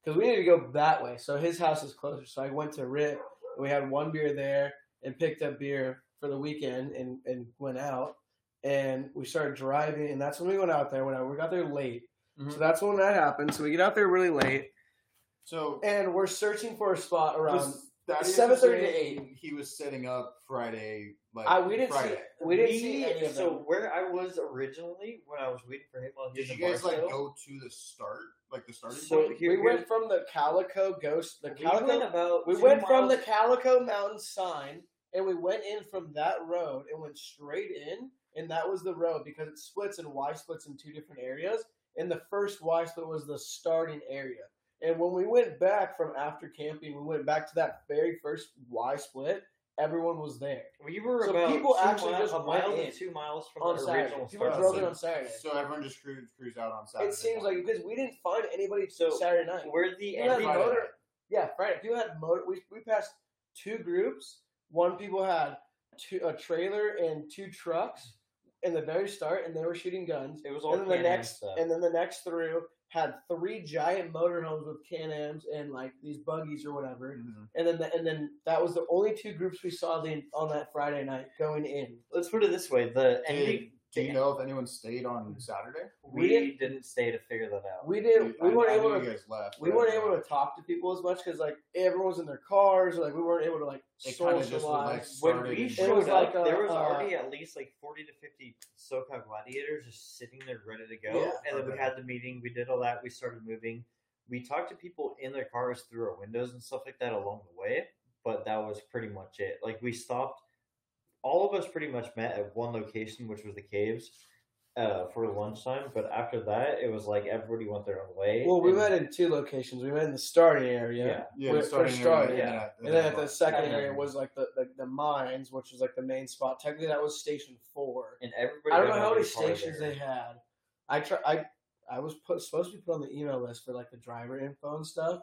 Speaker 2: because we needed to go that way, so his house is closer. So I went to Rip, and we had one beer there, and picked up beer for the weekend, and and went out, and we started driving, and that's when we went out there. When I, we got there late, so
Speaker 1: Mm-hmm.
Speaker 3: Mhm.
Speaker 2: that's when that happened. So we get out there really late,
Speaker 3: So
Speaker 2: and we're searching for a spot around.
Speaker 3: was that is
Speaker 2: 7:30 to
Speaker 3: saying He was setting up Friday. Like
Speaker 2: I, we didn't
Speaker 3: Friday.
Speaker 2: see we didn't
Speaker 1: Me-
Speaker 2: see any of them.
Speaker 1: So where I was originally when I was waiting for him while he
Speaker 3: Did
Speaker 1: was in
Speaker 3: you guys like
Speaker 1: Barstow-
Speaker 3: go to the start, like the starting
Speaker 1: So
Speaker 3: point?
Speaker 1: here-
Speaker 2: we went from the Calico Ghost, the
Speaker 1: We went
Speaker 2: Calico
Speaker 1: about.
Speaker 2: We
Speaker 1: two
Speaker 2: went from
Speaker 1: miles-
Speaker 2: the Calico Mountain sign, and we went in from that road and went straight in, and that was the road because it splits and Y splits in two different areas. And the first Y split was the starting area. And when we went back from after camping, we went back to that very first Y split. Everyone was there
Speaker 1: We were
Speaker 2: So
Speaker 1: about
Speaker 2: people
Speaker 1: two
Speaker 2: actually
Speaker 1: miles,
Speaker 2: just
Speaker 1: a mile
Speaker 2: went
Speaker 1: to
Speaker 2: in
Speaker 1: two miles from
Speaker 2: on
Speaker 1: the
Speaker 2: Saturday.
Speaker 1: original
Speaker 2: People
Speaker 1: start.
Speaker 2: drove in on Saturday.
Speaker 3: So everyone just cruised, cruised out on Saturday.
Speaker 2: It seems like because we didn't find anybody
Speaker 1: So,
Speaker 2: Saturday night.
Speaker 1: We're the
Speaker 2: You
Speaker 1: end.
Speaker 2: had
Speaker 3: Friday
Speaker 2: motor.
Speaker 3: night.
Speaker 2: Yeah, Friday. People had motor. We, we passed two groups. One people had two, a trailer and two trucks in the very start, and they were shooting guns.
Speaker 1: It was all
Speaker 2: And then the
Speaker 1: cannon
Speaker 2: next,
Speaker 1: stuff.
Speaker 2: and then the next through had three giant motorhomes with can-ams and like these buggies or whatever.
Speaker 3: Mhm.
Speaker 2: And then, the, and then that was the only two groups we saw the, on that Friday night going in.
Speaker 1: Let's put it this way: the ending.
Speaker 3: Did, do you know if anyone stayed on Saturday?
Speaker 1: We,
Speaker 2: we
Speaker 1: didn't,
Speaker 2: didn't-
Speaker 1: stay to figure that out.
Speaker 2: We didn't. We
Speaker 3: I-
Speaker 2: weren't
Speaker 3: I
Speaker 2: able
Speaker 3: knew
Speaker 2: to
Speaker 3: You guys left.
Speaker 2: we
Speaker 3: but-
Speaker 2: weren't able to talk to people as much because like everyone was in their cars, or, like we weren't able to like
Speaker 3: It kinda just was,
Speaker 2: socialize.
Speaker 3: like,
Speaker 1: When
Speaker 3: started
Speaker 1: we
Speaker 3: and-
Speaker 2: It
Speaker 1: showed
Speaker 2: was
Speaker 1: up,
Speaker 2: like a-
Speaker 1: there was
Speaker 2: uh,
Speaker 1: already at least like forty to fifty SoCal gladiators just sitting there ready to go.
Speaker 2: Yeah.
Speaker 1: and then we
Speaker 3: Okay.
Speaker 1: had the meeting. We did all that. We started moving. We talked to people in their cars through our windows and stuff like that along the way. But that was pretty much it. Like we stopped. All of us pretty much met at one location, which was the caves, uh, for lunchtime. But after that, it was like everybody went their own way.
Speaker 2: well, we
Speaker 1: and-
Speaker 2: met in two locations. We met in the starting area,
Speaker 1: Yeah.
Speaker 3: Yeah,
Speaker 2: We're-
Speaker 3: the starting
Speaker 2: we're
Speaker 3: area,
Speaker 2: starting,
Speaker 3: and then at-
Speaker 2: and then at the second
Speaker 1: Yeah.
Speaker 2: area was like the, the the mines, which was like the main spot. Technically, that was station four.
Speaker 1: And everybody.
Speaker 2: I don't know
Speaker 1: got
Speaker 2: how
Speaker 1: out
Speaker 2: many
Speaker 1: of their car
Speaker 2: stations
Speaker 1: there.
Speaker 2: they had. I try. I I was put, supposed to be put on the email list for like the driver info and stuff.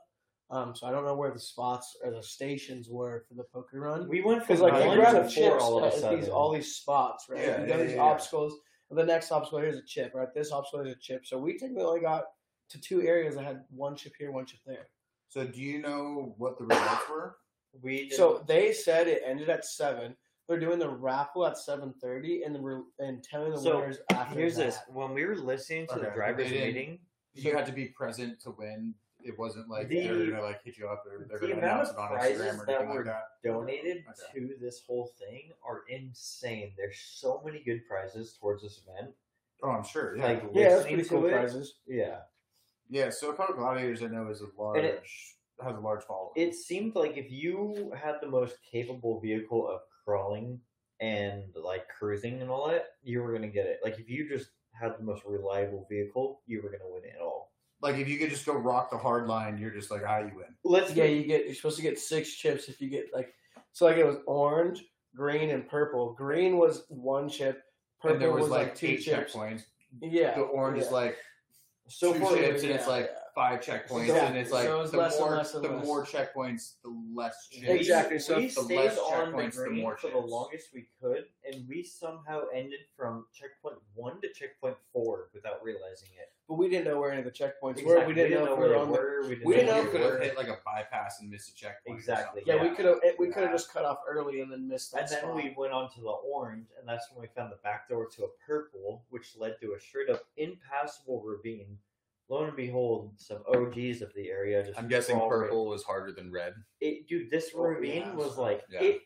Speaker 2: Um, so I don't know where the spots or the stations were for the poker run.
Speaker 1: We went from
Speaker 2: Because like
Speaker 3: Right.
Speaker 2: you
Speaker 1: one
Speaker 2: grab
Speaker 1: to
Speaker 2: a chip
Speaker 1: four all of a
Speaker 2: at
Speaker 1: sudden.
Speaker 2: these all these spots, right?
Speaker 3: Yeah,
Speaker 2: you go
Speaker 3: yeah,
Speaker 2: these
Speaker 3: yeah, yeah.
Speaker 2: obstacles. and The next obstacle here's a chip, right? This obstacle is a chip. So we technically only got to two areas that had one chip here, one chip there.
Speaker 3: So do you know what the results were?
Speaker 1: we did
Speaker 2: So they said it ended at seven. They're doing the raffle at seven thirty, and the re- and telling the
Speaker 1: So,
Speaker 2: winners after
Speaker 1: Here's
Speaker 2: that.
Speaker 1: this: when we were listening to the
Speaker 3: Okay.
Speaker 1: driver's
Speaker 3: They didn't-
Speaker 1: meeting,
Speaker 3: You had to be present to win. it wasn't like
Speaker 1: The-
Speaker 3: they're gonna like hit you up or they're
Speaker 1: the
Speaker 3: gonna
Speaker 1: amount
Speaker 3: announce
Speaker 1: of
Speaker 3: it on
Speaker 1: prizes
Speaker 3: Instagram or
Speaker 1: that
Speaker 3: anything
Speaker 1: were
Speaker 3: like that.
Speaker 1: donated
Speaker 3: Okay.
Speaker 1: to this whole thing are insane. There's so many good prizes towards this event.
Speaker 3: Oh, I'm sure. Yeah.
Speaker 1: Like
Speaker 2: Yeah, that's
Speaker 1: listening
Speaker 2: pretty
Speaker 1: to
Speaker 2: cool
Speaker 1: it,
Speaker 2: prizes.
Speaker 1: yeah.
Speaker 3: yeah. So Pro Gladiators, I know, is a large
Speaker 1: And it-
Speaker 3: has a large following.
Speaker 1: It seemed like if you had the most capable vehicle of crawling and like cruising and all that, you were gonna get it. Like if you just had the most reliable vehicle, you were gonna win it all.
Speaker 3: like if you could just go rock the hard line, you're just like, ah, you win.
Speaker 1: Let's
Speaker 2: Yeah, you get you're supposed to get six chips if you get like so like it was orange, green, and purple. Green was one chip, purple
Speaker 3: and there was, like,
Speaker 2: two
Speaker 3: eight
Speaker 2: chips.
Speaker 3: checkpoints.
Speaker 2: Yeah,
Speaker 3: The orange
Speaker 2: yeah.
Speaker 3: is like
Speaker 1: so
Speaker 3: two
Speaker 1: far.
Speaker 3: chips, and
Speaker 2: yeah,
Speaker 3: it's like
Speaker 2: yeah.
Speaker 3: five checkpoints,
Speaker 2: Yeah.
Speaker 3: and it's like
Speaker 2: So it's
Speaker 3: the
Speaker 2: less and
Speaker 3: more
Speaker 2: less and
Speaker 3: the
Speaker 2: less.
Speaker 3: more checkpoints, the less chips.
Speaker 1: we-
Speaker 2: Exactly, so
Speaker 1: we
Speaker 3: if the
Speaker 1: stayed
Speaker 3: less
Speaker 1: on the
Speaker 3: checkpoints, the
Speaker 1: green
Speaker 3: more
Speaker 1: for the
Speaker 3: chips.
Speaker 1: longest we could, and we somehow ended from checkpoint one to checkpoint four without realizing it.
Speaker 2: but we didn't know where any of the checkpoints were.
Speaker 1: Exactly,
Speaker 2: We didn't, know if we were
Speaker 1: they
Speaker 2: on the.
Speaker 1: were, we didn't
Speaker 2: we
Speaker 3: We
Speaker 1: know where
Speaker 2: didn't know
Speaker 3: didn't know
Speaker 1: we
Speaker 3: could have
Speaker 1: were.
Speaker 3: hit like a bypass and missed a checkpoint. or
Speaker 1: Exactly,
Speaker 3: something.
Speaker 2: Yeah, we
Speaker 1: Yeah.
Speaker 2: could have we could have just cut off early and then missed that
Speaker 1: And then
Speaker 2: spot.
Speaker 1: we went on to the orange, and that's when we found the back door to a purple, which led to a straight up impassable ravine. Lo and behold, some OGs of the area just.
Speaker 3: I'm guessing
Speaker 1: crawled right-
Speaker 3: purple was harder than red.
Speaker 1: It, dude, this
Speaker 2: Oh, yeah,
Speaker 1: ravine
Speaker 2: I'm
Speaker 1: was
Speaker 2: sorry.
Speaker 1: like
Speaker 3: Yeah.
Speaker 1: it.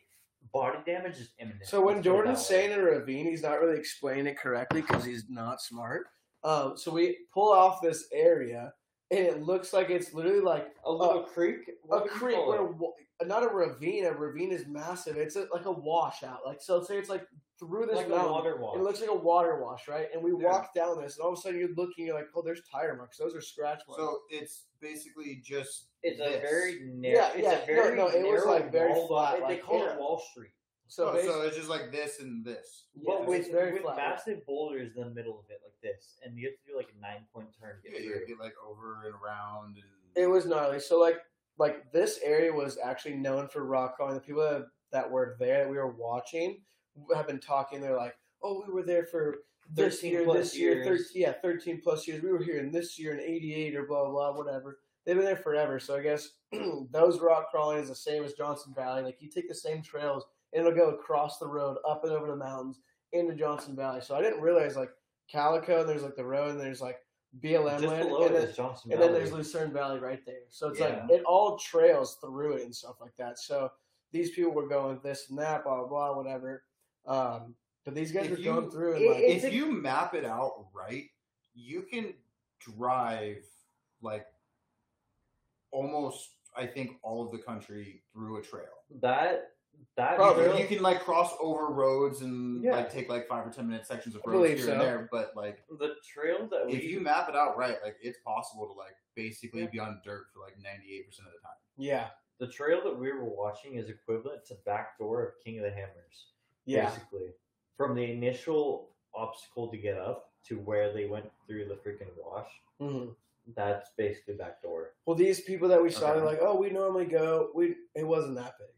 Speaker 1: Body damage is imminent.
Speaker 2: So
Speaker 1: Let's
Speaker 2: when
Speaker 1: put it
Speaker 2: Jordan's
Speaker 1: that way.
Speaker 2: saying a ravine, he's not really explaining it correctly because he's not smart. Um, so we pull off this area, and it looks like it's literally like
Speaker 1: a little creek,
Speaker 2: a
Speaker 1: What would you
Speaker 2: creek,
Speaker 1: call
Speaker 2: or a
Speaker 1: it?
Speaker 2: wa- not a ravine. A ravine is massive. It's a, like a washout. Like so, say it's like through this
Speaker 1: like a
Speaker 2: mountain.
Speaker 1: water wall.
Speaker 2: It looks like a water wash, right? And we
Speaker 3: Yeah.
Speaker 2: walk down this, and all of a sudden you're looking, you're like, oh, there's tire marks. Those are scratch marks.
Speaker 3: So it's basically just
Speaker 1: it's a
Speaker 3: this.
Speaker 1: very narrow.
Speaker 2: Yeah,
Speaker 1: it's
Speaker 2: yeah,
Speaker 1: a very
Speaker 2: no, no, it
Speaker 1: narrow
Speaker 2: was, like, very
Speaker 1: wall,
Speaker 2: flat,
Speaker 1: They
Speaker 2: like,
Speaker 1: call
Speaker 2: yeah.
Speaker 1: it Wall Street.
Speaker 2: so,
Speaker 3: oh,
Speaker 2: basi-
Speaker 3: so it's just like this and this.
Speaker 2: yeah,
Speaker 1: but with,
Speaker 2: it's very
Speaker 1: with
Speaker 2: flat.
Speaker 1: massive boulders in the middle of it, like this, and you have to do like a nine point turn to
Speaker 3: Yeah,
Speaker 1: get
Speaker 3: you
Speaker 1: through.
Speaker 3: get like over and around. And
Speaker 2: It was gnarly. So like like this area was actually known for rock crawling. The people that, that were there that we were watching have been talking. They're like, oh, we were there for this
Speaker 1: 13
Speaker 2: year,
Speaker 1: plus
Speaker 2: this year, thir-
Speaker 1: years.
Speaker 2: yeah, thirteen plus years. We were here in this year in '88 or blah blah whatever. They've been there forever. So I guess those rock crawling is the same as Johnson Valley. Like you take the same trails and it'll go across the road, up and over the mountains into Johnson Valley. So I didn't realize like Calico. There's like the road and there's like BLM
Speaker 1: Just
Speaker 2: land.
Speaker 1: below
Speaker 2: and
Speaker 1: it
Speaker 2: then-
Speaker 1: is Johnson
Speaker 2: and then
Speaker 1: Valley.
Speaker 2: there's Lucerne Valley right there. So it's like
Speaker 1: Yeah.
Speaker 2: it all trails through it and stuff like that. So these people were going this and that, blah blah, blah whatever. Um, but these guys
Speaker 3: If
Speaker 2: were
Speaker 3: you-
Speaker 2: going through and
Speaker 1: it-
Speaker 2: like
Speaker 1: it's
Speaker 3: if
Speaker 1: a-
Speaker 3: you map it out right, you can drive like almost, I think, all of the country through a trail.
Speaker 1: That that
Speaker 2: Probably.
Speaker 1: trail-
Speaker 2: Oh, Really?
Speaker 3: You can like cross over roads and
Speaker 1: Yeah.
Speaker 3: like take like five or ten minute sections of
Speaker 2: I
Speaker 3: roads
Speaker 2: believe
Speaker 3: here and
Speaker 2: so.
Speaker 3: there, but like
Speaker 1: the trail that
Speaker 3: if
Speaker 1: we
Speaker 3: you map it out right, like it's possible to like basically
Speaker 1: Yeah.
Speaker 3: be on dirt for like ninety eight percent of the time.
Speaker 2: yeah,
Speaker 1: the trail that we were watching is equivalent to backdoor of King of the Hammers.
Speaker 2: yeah,
Speaker 1: Basically. From the initial obstacle to get up to where they went through the freaking wash,
Speaker 2: mhm.
Speaker 1: that's basically backdoor.
Speaker 2: Well, these people that we saw,
Speaker 3: Okay.
Speaker 2: they're like, oh, we normally go. We it wasn't that big.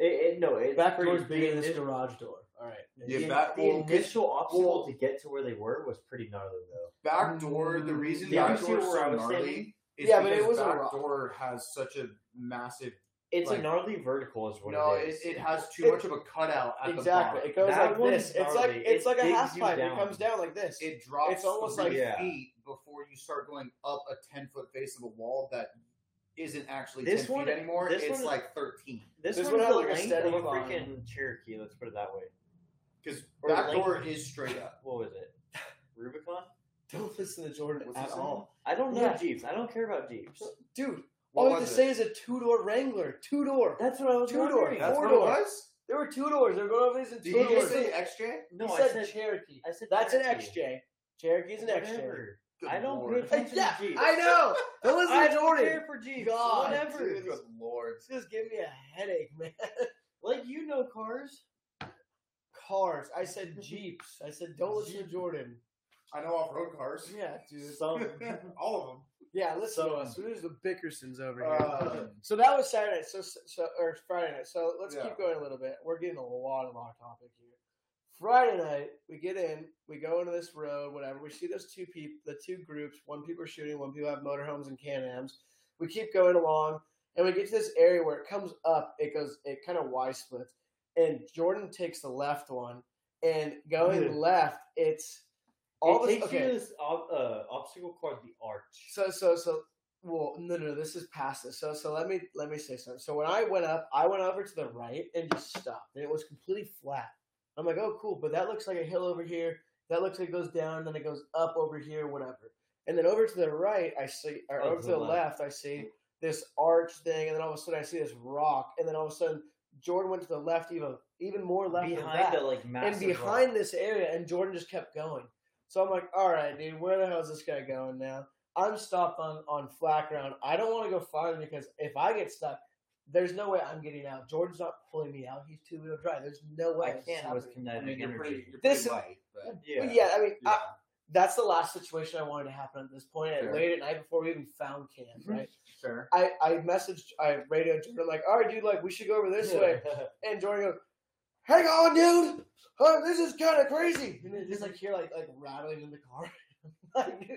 Speaker 1: It, it, no, it,
Speaker 2: Back door
Speaker 1: the
Speaker 2: bigger than this
Speaker 1: initial-
Speaker 2: garage door. All right.
Speaker 3: Yeah,
Speaker 1: the,
Speaker 3: back-
Speaker 1: the
Speaker 3: well,
Speaker 1: initial obstacle
Speaker 3: well-
Speaker 1: to get to where they were was pretty gnarly though.
Speaker 3: Backdoor, the
Speaker 2: Mm.
Speaker 3: reason
Speaker 1: Yeah, I see
Speaker 3: backdoor is
Speaker 1: where I
Speaker 3: so
Speaker 1: was
Speaker 3: gnarly
Speaker 1: standing.
Speaker 3: is
Speaker 2: Yeah, but
Speaker 3: because
Speaker 2: it was a rock.
Speaker 3: backdoor has such a massive.
Speaker 1: It's
Speaker 3: Like-
Speaker 1: a gnarly vertical is what
Speaker 3: no,
Speaker 1: it
Speaker 3: it,
Speaker 1: is.
Speaker 3: it has too
Speaker 2: It-
Speaker 3: much of a cutout at
Speaker 2: Exactly.
Speaker 3: the
Speaker 2: It goes
Speaker 1: That
Speaker 2: like
Speaker 1: one's
Speaker 2: this. It's like
Speaker 1: gnarly.
Speaker 2: it's
Speaker 1: It
Speaker 2: like a
Speaker 1: digs
Speaker 2: half
Speaker 1: you
Speaker 2: pipe. It
Speaker 1: down.
Speaker 2: comes down like this.
Speaker 3: bottom. It drops
Speaker 2: It's almost
Speaker 3: three
Speaker 1: like- Yeah.
Speaker 3: feet before you start going up a ten foot face of a wall that isn't actually
Speaker 1: This
Speaker 3: 10
Speaker 1: one-
Speaker 3: feet anymore.
Speaker 1: this
Speaker 3: It's
Speaker 1: one-
Speaker 3: like thirteen
Speaker 1: This,
Speaker 2: This
Speaker 1: one's
Speaker 2: one had
Speaker 1: the
Speaker 2: like a
Speaker 1: length
Speaker 2: steady
Speaker 1: of a
Speaker 2: climb.
Speaker 1: freaking Cherokee, let's put it that way.
Speaker 3: because
Speaker 1: Or
Speaker 3: backdoor
Speaker 1: length.
Speaker 3: is straight up.
Speaker 1: What was it? Rubicon?
Speaker 2: Don't listen to Jordan
Speaker 3: What's
Speaker 2: at
Speaker 3: his name?
Speaker 2: all,
Speaker 1: I don't know
Speaker 2: Yeah.
Speaker 1: Jeeps. I don't care about Jeeps.
Speaker 2: dude.
Speaker 3: What
Speaker 2: All you have
Speaker 3: was
Speaker 2: to
Speaker 3: it?
Speaker 2: say is a two door Wrangler, two door.
Speaker 1: That's what I was
Speaker 2: Two door,
Speaker 1: wondering.
Speaker 3: That's
Speaker 2: four
Speaker 3: what it
Speaker 2: door.
Speaker 3: was.
Speaker 2: There were two doors. They were going over these in
Speaker 3: Did
Speaker 2: two
Speaker 3: you
Speaker 2: doors.
Speaker 3: just say XJ?
Speaker 1: No,
Speaker 2: he
Speaker 1: I
Speaker 2: said,
Speaker 1: said.
Speaker 2: Cherokee.
Speaker 1: I said
Speaker 2: That's
Speaker 1: Cherokee.
Speaker 2: an XJ. Cherokee's an XJ.
Speaker 1: Whatever.
Speaker 3: Good
Speaker 1: I don't
Speaker 3: lord.
Speaker 1: pay attention
Speaker 2: Yeah,
Speaker 1: to Jeeps.
Speaker 2: I know. Don't listen
Speaker 1: I
Speaker 2: to
Speaker 1: don't
Speaker 2: Jordan.
Speaker 1: care for Jeeps.
Speaker 2: God,
Speaker 1: Whatever.
Speaker 2: dude.
Speaker 3: Ah, Good lord.
Speaker 2: This is giving me a headache, man.
Speaker 1: Like you know cars.
Speaker 2: Cars. I said Jeeps. I said don't listen to Jordan.
Speaker 3: I know off road cars.
Speaker 2: Yeah, dude.
Speaker 1: Some.
Speaker 3: All of them.
Speaker 2: Yeah, listen to
Speaker 1: So-
Speaker 2: us. Who's the Bickersons over here?
Speaker 3: Uh,
Speaker 2: so that was Saturday night. So so or Friday night. So let's
Speaker 3: Yeah.
Speaker 2: keep going a little bit. We're getting a lot of off topic here. Friday night, we get in, we go into this road, whatever. We see those two people, the two groups. One people are shooting, one people have motorhomes and Can-Ams. We keep going along, and we get to this area where it comes up. It goes, it kind of Y splits, and Jordan takes the left one, and going
Speaker 1: Yeah.
Speaker 2: left, it's all
Speaker 1: Mm-hmm. it
Speaker 2: this.
Speaker 1: takes
Speaker 2: okay.
Speaker 1: you to this ob- uh, obstacle called the arch.
Speaker 2: So so so well, no, no, this is past this. So, so let me let me say something. So when I went up, I went over to the right and just stopped, and it was completely flat. I'm like, oh, cool, but that looks like a hill over here. That looks like it goes down, then it goes up over here, whatever. And then over to the right, I see, or
Speaker 1: Oh,
Speaker 2: over to the left. I see this arch thing, and then all of a sudden I see this rock, and then all of a sudden Jordan went to the left, even even more left than that
Speaker 1: behind the like
Speaker 2: and
Speaker 1: massive
Speaker 2: behind
Speaker 1: rock.
Speaker 2: this area, and Jordan just kept going. So I'm like, all right, dude, where the hell is this guy going now? I'm stopped on, on flat ground. I don't want to go farther because if I get stuck, there's no way I'm getting out. Jordan's not pulling me out. He's two wheel drive. There's no way.
Speaker 1: I
Speaker 2: this is
Speaker 1: can't with
Speaker 2: happening.
Speaker 3: I
Speaker 1: kinetic
Speaker 3: mean, you're
Speaker 1: energy.
Speaker 3: pretty, you're
Speaker 2: This is-
Speaker 3: pretty light, but
Speaker 2: But
Speaker 1: yeah.
Speaker 2: yeah, I mean,
Speaker 3: yeah.
Speaker 2: I, that's the last situation I wanted to happen at this point. And
Speaker 3: Fair.
Speaker 2: late at night before we even found camp,
Speaker 1: Mm-hmm.
Speaker 2: right?
Speaker 3: sure.
Speaker 2: I, I messaged, I radioed Jordan, like, all right, dude, like, we should go over this way. And Jordan goes, "Hang on, dude. Huh, this is kind of crazy." And it's just like here, like like rattling in the car. like, dude,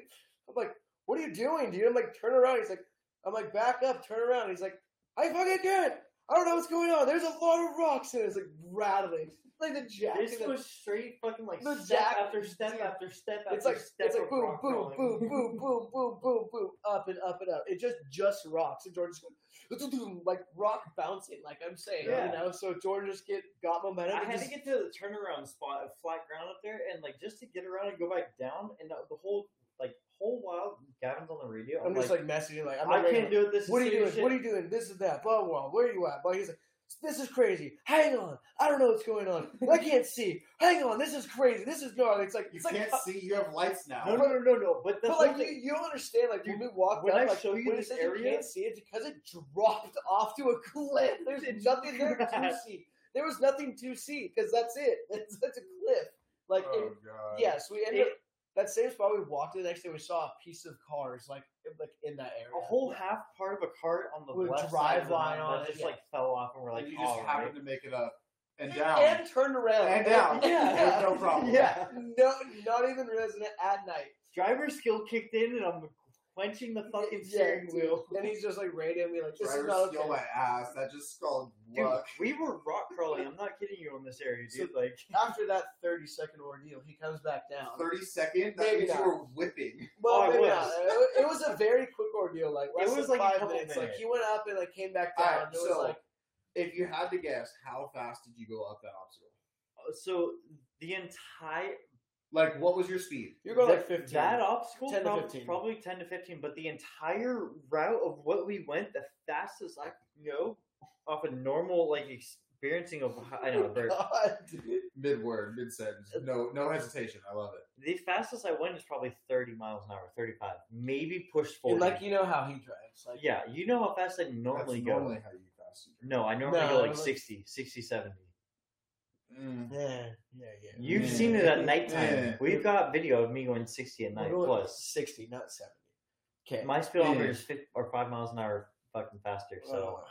Speaker 2: I'm like, "What are you doing, dude?" I'm like, "Turn around." He's like, "I'm like, back up, turn around." He's like, "I fucking can't. I don't know what's going on. There's a lot of rocks and it's like rattling, like the jack.
Speaker 1: This
Speaker 2: the-
Speaker 1: was straight fucking like
Speaker 2: The
Speaker 1: step
Speaker 2: jack-
Speaker 1: after step
Speaker 2: dude,
Speaker 1: after step after
Speaker 2: it's like
Speaker 1: step.
Speaker 2: it's like
Speaker 1: of
Speaker 2: boom,
Speaker 1: rock
Speaker 2: boom,
Speaker 1: crawling.
Speaker 2: boom, boom, boom, boom, boom, boom, up and up and up. It just just rocks, and Jordan's going, like rock bouncing, like I'm saying,
Speaker 1: Yeah.
Speaker 2: you know. So Jordan just get got momentum.
Speaker 1: I
Speaker 2: and
Speaker 1: had
Speaker 2: just,
Speaker 1: to get to the turnaround spot of flat ground up there, and like just to get around and go back down, and the, the whole like whole while Gavin's on the radio,
Speaker 2: I'm just like, messaging like I'm
Speaker 1: I
Speaker 2: not ready
Speaker 1: can't
Speaker 2: to-
Speaker 1: do it. This is
Speaker 2: What are you doing?
Speaker 1: serious
Speaker 2: What are
Speaker 1: shit.
Speaker 2: you doing? This is that. Blah blah. Where are you at? Blah. He's like, this is crazy. Hang on. I don't know what's going on. I can't see. Hang on. This is crazy. This is gnarly. It's like
Speaker 3: You
Speaker 2: it's like.
Speaker 3: can't see. You have lights now.
Speaker 1: No, no, no, no, no. But that's
Speaker 2: But
Speaker 1: like
Speaker 2: like you, you don't understand. Like when we walked
Speaker 1: when
Speaker 2: up,
Speaker 1: I
Speaker 2: like
Speaker 1: show you
Speaker 2: when it
Speaker 1: this
Speaker 2: says you
Speaker 1: area-
Speaker 2: can't see it because it dropped off to a cliff. There's
Speaker 1: It's
Speaker 2: nothing there to
Speaker 1: grass.
Speaker 2: see. There was nothing to see because that's it. That's, that's a cliff. Like it-
Speaker 3: Oh god.
Speaker 2: yes, we ended
Speaker 1: It-
Speaker 2: up that same spot. We walked to the next day. We saw a piece of cars like like in that area.
Speaker 1: a whole half part of a cart on the
Speaker 2: With a
Speaker 1: left
Speaker 2: drive
Speaker 1: side of the
Speaker 2: line
Speaker 1: mountain
Speaker 2: on
Speaker 1: that
Speaker 2: it,
Speaker 1: just
Speaker 2: yeah.
Speaker 1: like fell off, and we're
Speaker 3: Like
Speaker 1: like,
Speaker 3: you just
Speaker 1: all
Speaker 3: happen
Speaker 1: right.
Speaker 3: to make it up and
Speaker 2: and,
Speaker 3: down
Speaker 2: and turned around
Speaker 3: And down.
Speaker 2: Yeah.
Speaker 3: With no problem.
Speaker 2: Yeah, no, not even resident at night.
Speaker 1: Driver skill kicked in, and I'm clenching the fucking
Speaker 2: Yeah,
Speaker 1: steering
Speaker 2: dude.
Speaker 1: wheel.
Speaker 2: And he's just like rating me like this
Speaker 3: Driver
Speaker 2: is not
Speaker 3: steal
Speaker 2: okay.
Speaker 3: my ass. That just called
Speaker 1: Dude,
Speaker 3: luck.
Speaker 1: we were rock crawling. I'm not kidding you on this area, dude. like,
Speaker 2: After that thirty second ordeal, he comes back down.
Speaker 3: Thirty second. That
Speaker 2: Maybe
Speaker 3: means
Speaker 2: not.
Speaker 3: you were whipping.
Speaker 2: Well,
Speaker 1: Oh, it
Speaker 2: maybe
Speaker 1: was.
Speaker 2: not. It wa- it was a very quick ordeal. Like less
Speaker 1: was
Speaker 2: than
Speaker 1: like a
Speaker 2: five
Speaker 1: couple
Speaker 2: minutes. Like
Speaker 1: minutes.
Speaker 2: he went up and like came back
Speaker 3: All
Speaker 2: down.
Speaker 3: right,
Speaker 2: it was
Speaker 3: so-
Speaker 2: like
Speaker 3: If you had to guess, how fast did you go up that obstacle?
Speaker 1: so the entire
Speaker 3: Like, what was your speed?
Speaker 2: you're going like
Speaker 1: that-
Speaker 2: fifteen.
Speaker 1: That obstacle
Speaker 2: 10 to
Speaker 1: prob-
Speaker 2: 15.
Speaker 1: probably ten to fifteen, but the entire route of what we went, the fastest I could go off a normal like experiencing of I know there's
Speaker 2: Oh God, dude.
Speaker 3: Mid word, mid sentence.
Speaker 1: Uh,
Speaker 3: No, no hesitation. I love it.
Speaker 1: the fastest I went is probably thirty miles an hour, thirty five, maybe push forty.
Speaker 2: And like you know how he drives. Like
Speaker 1: yeah, you know how fast I normally
Speaker 3: That's
Speaker 1: go.
Speaker 3: normally how you fast. you
Speaker 1: no, I normally
Speaker 2: No,
Speaker 1: go like
Speaker 2: like-
Speaker 1: 60, 60, 70.
Speaker 3: go. Mm.
Speaker 2: yeah, yeah, yeah.
Speaker 1: You've
Speaker 3: Yeah.
Speaker 1: seen it at nighttime.
Speaker 3: Yeah.
Speaker 1: We've got video of me going sixty at night
Speaker 2: We're going
Speaker 1: plus.
Speaker 2: sixty, not seventy. Okay. Oh,
Speaker 1: My speedometer
Speaker 3: Yeah.
Speaker 1: is fif or five miles an hour fucking faster. So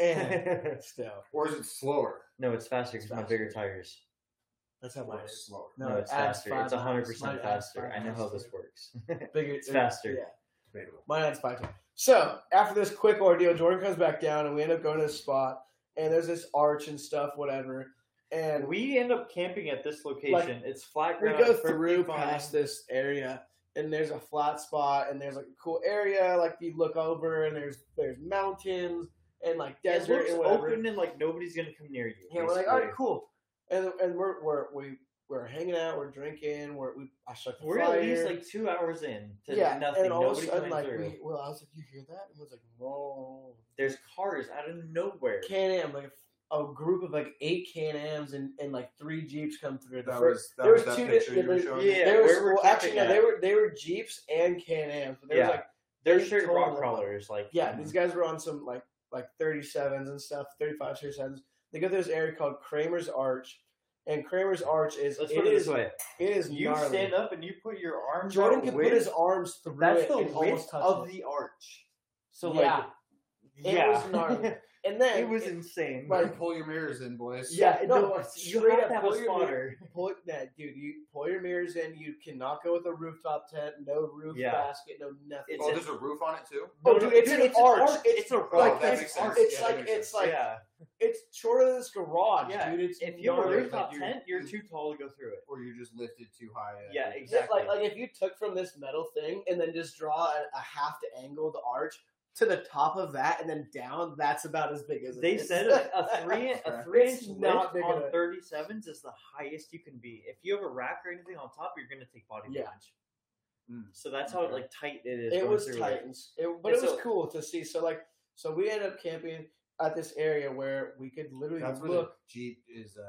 Speaker 2: and still,
Speaker 3: Or is it slower?
Speaker 1: no, it's faster because my
Speaker 2: faster.
Speaker 1: bigger tires.
Speaker 2: that's how
Speaker 3: Or
Speaker 2: mine
Speaker 3: it's
Speaker 2: is.
Speaker 3: slower.
Speaker 1: No, it's
Speaker 2: adds
Speaker 1: faster.
Speaker 2: five
Speaker 1: It's hundred
Speaker 2: miles. Mine
Speaker 1: percent
Speaker 2: adds
Speaker 1: faster.
Speaker 2: five
Speaker 1: I know how
Speaker 2: miles
Speaker 1: this
Speaker 2: to it.
Speaker 1: works.
Speaker 2: Bigger,
Speaker 1: It's faster.
Speaker 2: Yeah,
Speaker 3: Debatable.
Speaker 2: mine adds five. times. So after this quick ordeal, Jordan comes back down, and we end up going to this spot, and there's this arch and stuff, whatever, and
Speaker 1: And
Speaker 2: we,
Speaker 1: we end up camping at this location. it's flat
Speaker 2: we
Speaker 1: ground.
Speaker 2: go
Speaker 1: it's perfectly
Speaker 2: through
Speaker 1: fine.
Speaker 2: past this area. And there's a flat spot, and there's like a cool area. Like you look over, and there's there's mountains and like
Speaker 1: It
Speaker 2: desert
Speaker 1: looks
Speaker 2: and whatever.
Speaker 1: open and like nobody's gonna come near you.
Speaker 2: Yeah, we're like, all right,
Speaker 1: basically.
Speaker 2: cool. And and we're we're we we're hanging out, we're drinking, we're we I shut the
Speaker 1: We're
Speaker 2: fire.
Speaker 1: at least like two hours in to
Speaker 2: yeah,
Speaker 1: nothing.
Speaker 2: and all
Speaker 1: Nobody
Speaker 2: of a sudden,
Speaker 1: coming
Speaker 2: like,
Speaker 1: through.
Speaker 2: we, well, I was like, you hear that? And I was like, no.
Speaker 1: There's cars out of nowhere.
Speaker 2: Can Am, like a group of like eight Can Ams and, and like three Jeeps come through. The
Speaker 3: That
Speaker 2: first,
Speaker 3: was that
Speaker 2: there
Speaker 3: was
Speaker 2: were
Speaker 3: that
Speaker 2: two
Speaker 3: picture you were
Speaker 2: different-
Speaker 3: showing. me?
Speaker 1: yeah,
Speaker 2: there was,
Speaker 1: where we're
Speaker 2: well, actually,
Speaker 1: camping
Speaker 2: no, they
Speaker 1: at.
Speaker 2: were they were Jeeps and Can Ams, but there
Speaker 1: Yeah.
Speaker 2: was like,
Speaker 1: They're
Speaker 2: they
Speaker 1: straight
Speaker 2: told
Speaker 1: rock
Speaker 2: them-
Speaker 1: crawlers. Like
Speaker 2: yeah, these guys were on some like like 37s and stuff, 35 37s. They go to this area called Kramer's Arch, and Kramer's Arch is
Speaker 1: Let's
Speaker 2: it
Speaker 1: put it
Speaker 2: is
Speaker 1: this way:
Speaker 2: It is
Speaker 1: you
Speaker 2: gnarly.
Speaker 1: stand up and you put your arms.
Speaker 2: Jordan
Speaker 1: out
Speaker 2: could
Speaker 1: width.
Speaker 2: put his arms through
Speaker 1: That's
Speaker 2: it
Speaker 1: the
Speaker 2: and almost
Speaker 1: width
Speaker 2: touch
Speaker 1: of
Speaker 2: it.
Speaker 1: the arch. So like,
Speaker 2: Yeah. It
Speaker 1: yeah,
Speaker 2: was gnarly. And then
Speaker 1: it was insane.
Speaker 2: Like,
Speaker 3: Better pull your mirrors in, boys.
Speaker 2: Yeah,
Speaker 1: it-
Speaker 2: no,
Speaker 1: you
Speaker 2: straight
Speaker 1: have
Speaker 2: up
Speaker 1: to have a
Speaker 2: pull your
Speaker 1: spotter.
Speaker 2: pull that dude. You pull your mirrors in. You cannot go with a rooftop tent. No roof
Speaker 1: Yeah.
Speaker 2: basket. No nothing.
Speaker 1: It's
Speaker 3: Oh,
Speaker 1: a-
Speaker 3: there's a roof on it too.
Speaker 2: Oh, dude, it's an arch. It's
Speaker 1: a
Speaker 3: like-
Speaker 2: it's,
Speaker 3: that makes sense.
Speaker 2: it's
Speaker 3: Yeah, that
Speaker 2: like
Speaker 3: makes
Speaker 2: it's
Speaker 3: sense.
Speaker 2: like
Speaker 1: yeah.
Speaker 2: it's shorter than this garage,
Speaker 1: Yeah,
Speaker 2: dude. It's
Speaker 1: If you're
Speaker 2: gnarly.
Speaker 1: a
Speaker 3: Or
Speaker 1: rooftop
Speaker 3: like you're-
Speaker 1: tent, you're too tall to go through it.
Speaker 3: or you're just lifted too high. uh, up.
Speaker 1: Yeah,
Speaker 3: It's-
Speaker 2: Just
Speaker 1: exactly.
Speaker 2: like like if you took from this metal thing and then just draw a, a half to angle the arch to the top of that and then down, that's about as big as it
Speaker 1: They
Speaker 2: is.
Speaker 1: said a, a three a
Speaker 3: It's
Speaker 1: three inch lift
Speaker 2: not big
Speaker 1: on
Speaker 2: enough.
Speaker 1: thirty sevens is the highest you can be. If you have a rack or anything on top, you're gonna take body
Speaker 2: Yeah.
Speaker 1: damage.
Speaker 3: Mm.
Speaker 1: So that's how like tight it is.
Speaker 2: it
Speaker 1: going
Speaker 2: was
Speaker 1: through
Speaker 2: tight,
Speaker 1: it.
Speaker 2: and s- it- but it
Speaker 1: And
Speaker 2: was
Speaker 1: so-
Speaker 2: cool to see. So like, so we ended up camping at this area where we could literally
Speaker 3: That's where
Speaker 2: look.
Speaker 3: the Jeep is uh,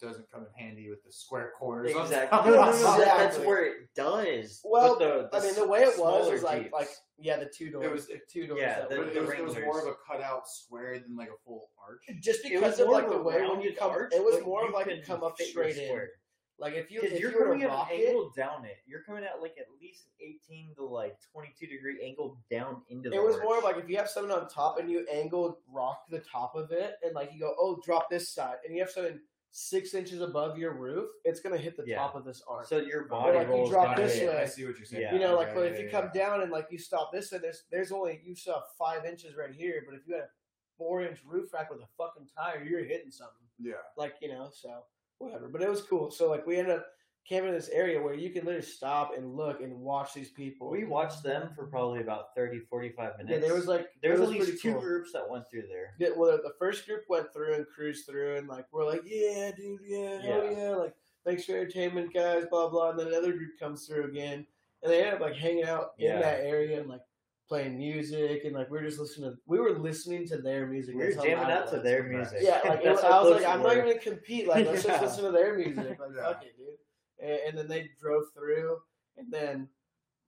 Speaker 3: doesn't come in handy with the square corners. on
Speaker 1: Exactly.
Speaker 2: No, no, no,
Speaker 3: top.
Speaker 2: no,
Speaker 1: That's
Speaker 2: exactly.
Speaker 1: where it does.
Speaker 2: Well,
Speaker 1: with the,
Speaker 2: I mean, the way it was
Speaker 1: smaller
Speaker 2: was like
Speaker 1: Jeeps. uh,
Speaker 2: like yeah, the two doors.
Speaker 3: It was-
Speaker 2: two doors.
Speaker 1: yeah,
Speaker 2: that
Speaker 1: the-
Speaker 3: But
Speaker 2: were-
Speaker 3: it,
Speaker 1: the
Speaker 3: was, it was
Speaker 1: Wranglers.
Speaker 3: more of a cutout square than like a full arch.
Speaker 2: just
Speaker 1: It
Speaker 2: because
Speaker 1: was
Speaker 2: of
Speaker 1: more
Speaker 2: like
Speaker 1: of a
Speaker 2: the way when you
Speaker 1: rounded
Speaker 2: come,
Speaker 1: arch,
Speaker 2: it was
Speaker 1: but
Speaker 2: more
Speaker 1: you
Speaker 2: of like
Speaker 1: can
Speaker 2: you come up
Speaker 1: fit your
Speaker 2: straight in.
Speaker 1: square.
Speaker 2: Like if you
Speaker 1: Because
Speaker 2: if
Speaker 1: you're
Speaker 2: you were
Speaker 1: coming
Speaker 2: to
Speaker 1: at an
Speaker 2: rock it,
Speaker 1: angle down it. You're coming at like at least an 18 to like 22 degree angle down into the
Speaker 2: It was
Speaker 1: arch.
Speaker 2: more of like if you have something on top and you angle rock to the top of it, and like you go, oh, drop this side, and you have something six inches above your roof, it's gonna hit the
Speaker 1: Yeah.
Speaker 2: top of this arc.
Speaker 1: so your
Speaker 2: Or
Speaker 1: body
Speaker 2: like you
Speaker 1: rolls down
Speaker 2: drop this
Speaker 1: it.
Speaker 2: way.
Speaker 3: I see what you're saying.
Speaker 1: Yeah.
Speaker 2: you know, like, but
Speaker 3: yeah,
Speaker 2: if you
Speaker 3: yeah,
Speaker 2: come
Speaker 3: yeah.
Speaker 2: down and like you stop this, and there's there's only you saw five inches right here, but if you had a four inch roof rack with a fucking tire, you're hitting something.
Speaker 3: yeah,
Speaker 2: like you know so whatever but it was cool so like we ended up camping in this area where you can literally stop and look and watch these people
Speaker 1: We watched them for probably about 30, 45 minutes.
Speaker 2: yeah there was like
Speaker 1: there
Speaker 2: it
Speaker 1: was,
Speaker 2: was
Speaker 1: at
Speaker 2: pretty
Speaker 1: least two
Speaker 2: cool.
Speaker 1: groups that went through there.
Speaker 2: yeah, well the first group went through and cruised through and like we're like yeah dude yeah
Speaker 1: Yeah.
Speaker 2: oh yeah like thanks for entertainment guys blah blah and then another group comes through again and they end up like hanging out in
Speaker 1: Yeah.
Speaker 2: that area and like playing music and like we we're just listening to we were listening to their music
Speaker 1: We were
Speaker 2: That's how
Speaker 1: jamming
Speaker 2: loud it
Speaker 1: out to
Speaker 2: was.
Speaker 1: their
Speaker 3: Right.
Speaker 1: music.
Speaker 2: Yeah, like it,
Speaker 1: That's
Speaker 2: was-
Speaker 1: how
Speaker 2: I was
Speaker 1: close
Speaker 2: like, I'm
Speaker 1: we
Speaker 2: not
Speaker 1: were.
Speaker 2: even gonna compete. Like, let's
Speaker 1: Yeah.
Speaker 2: just listen to their music. Like,
Speaker 3: Yeah.
Speaker 2: fuck it, dude. And, and then they drove through, and then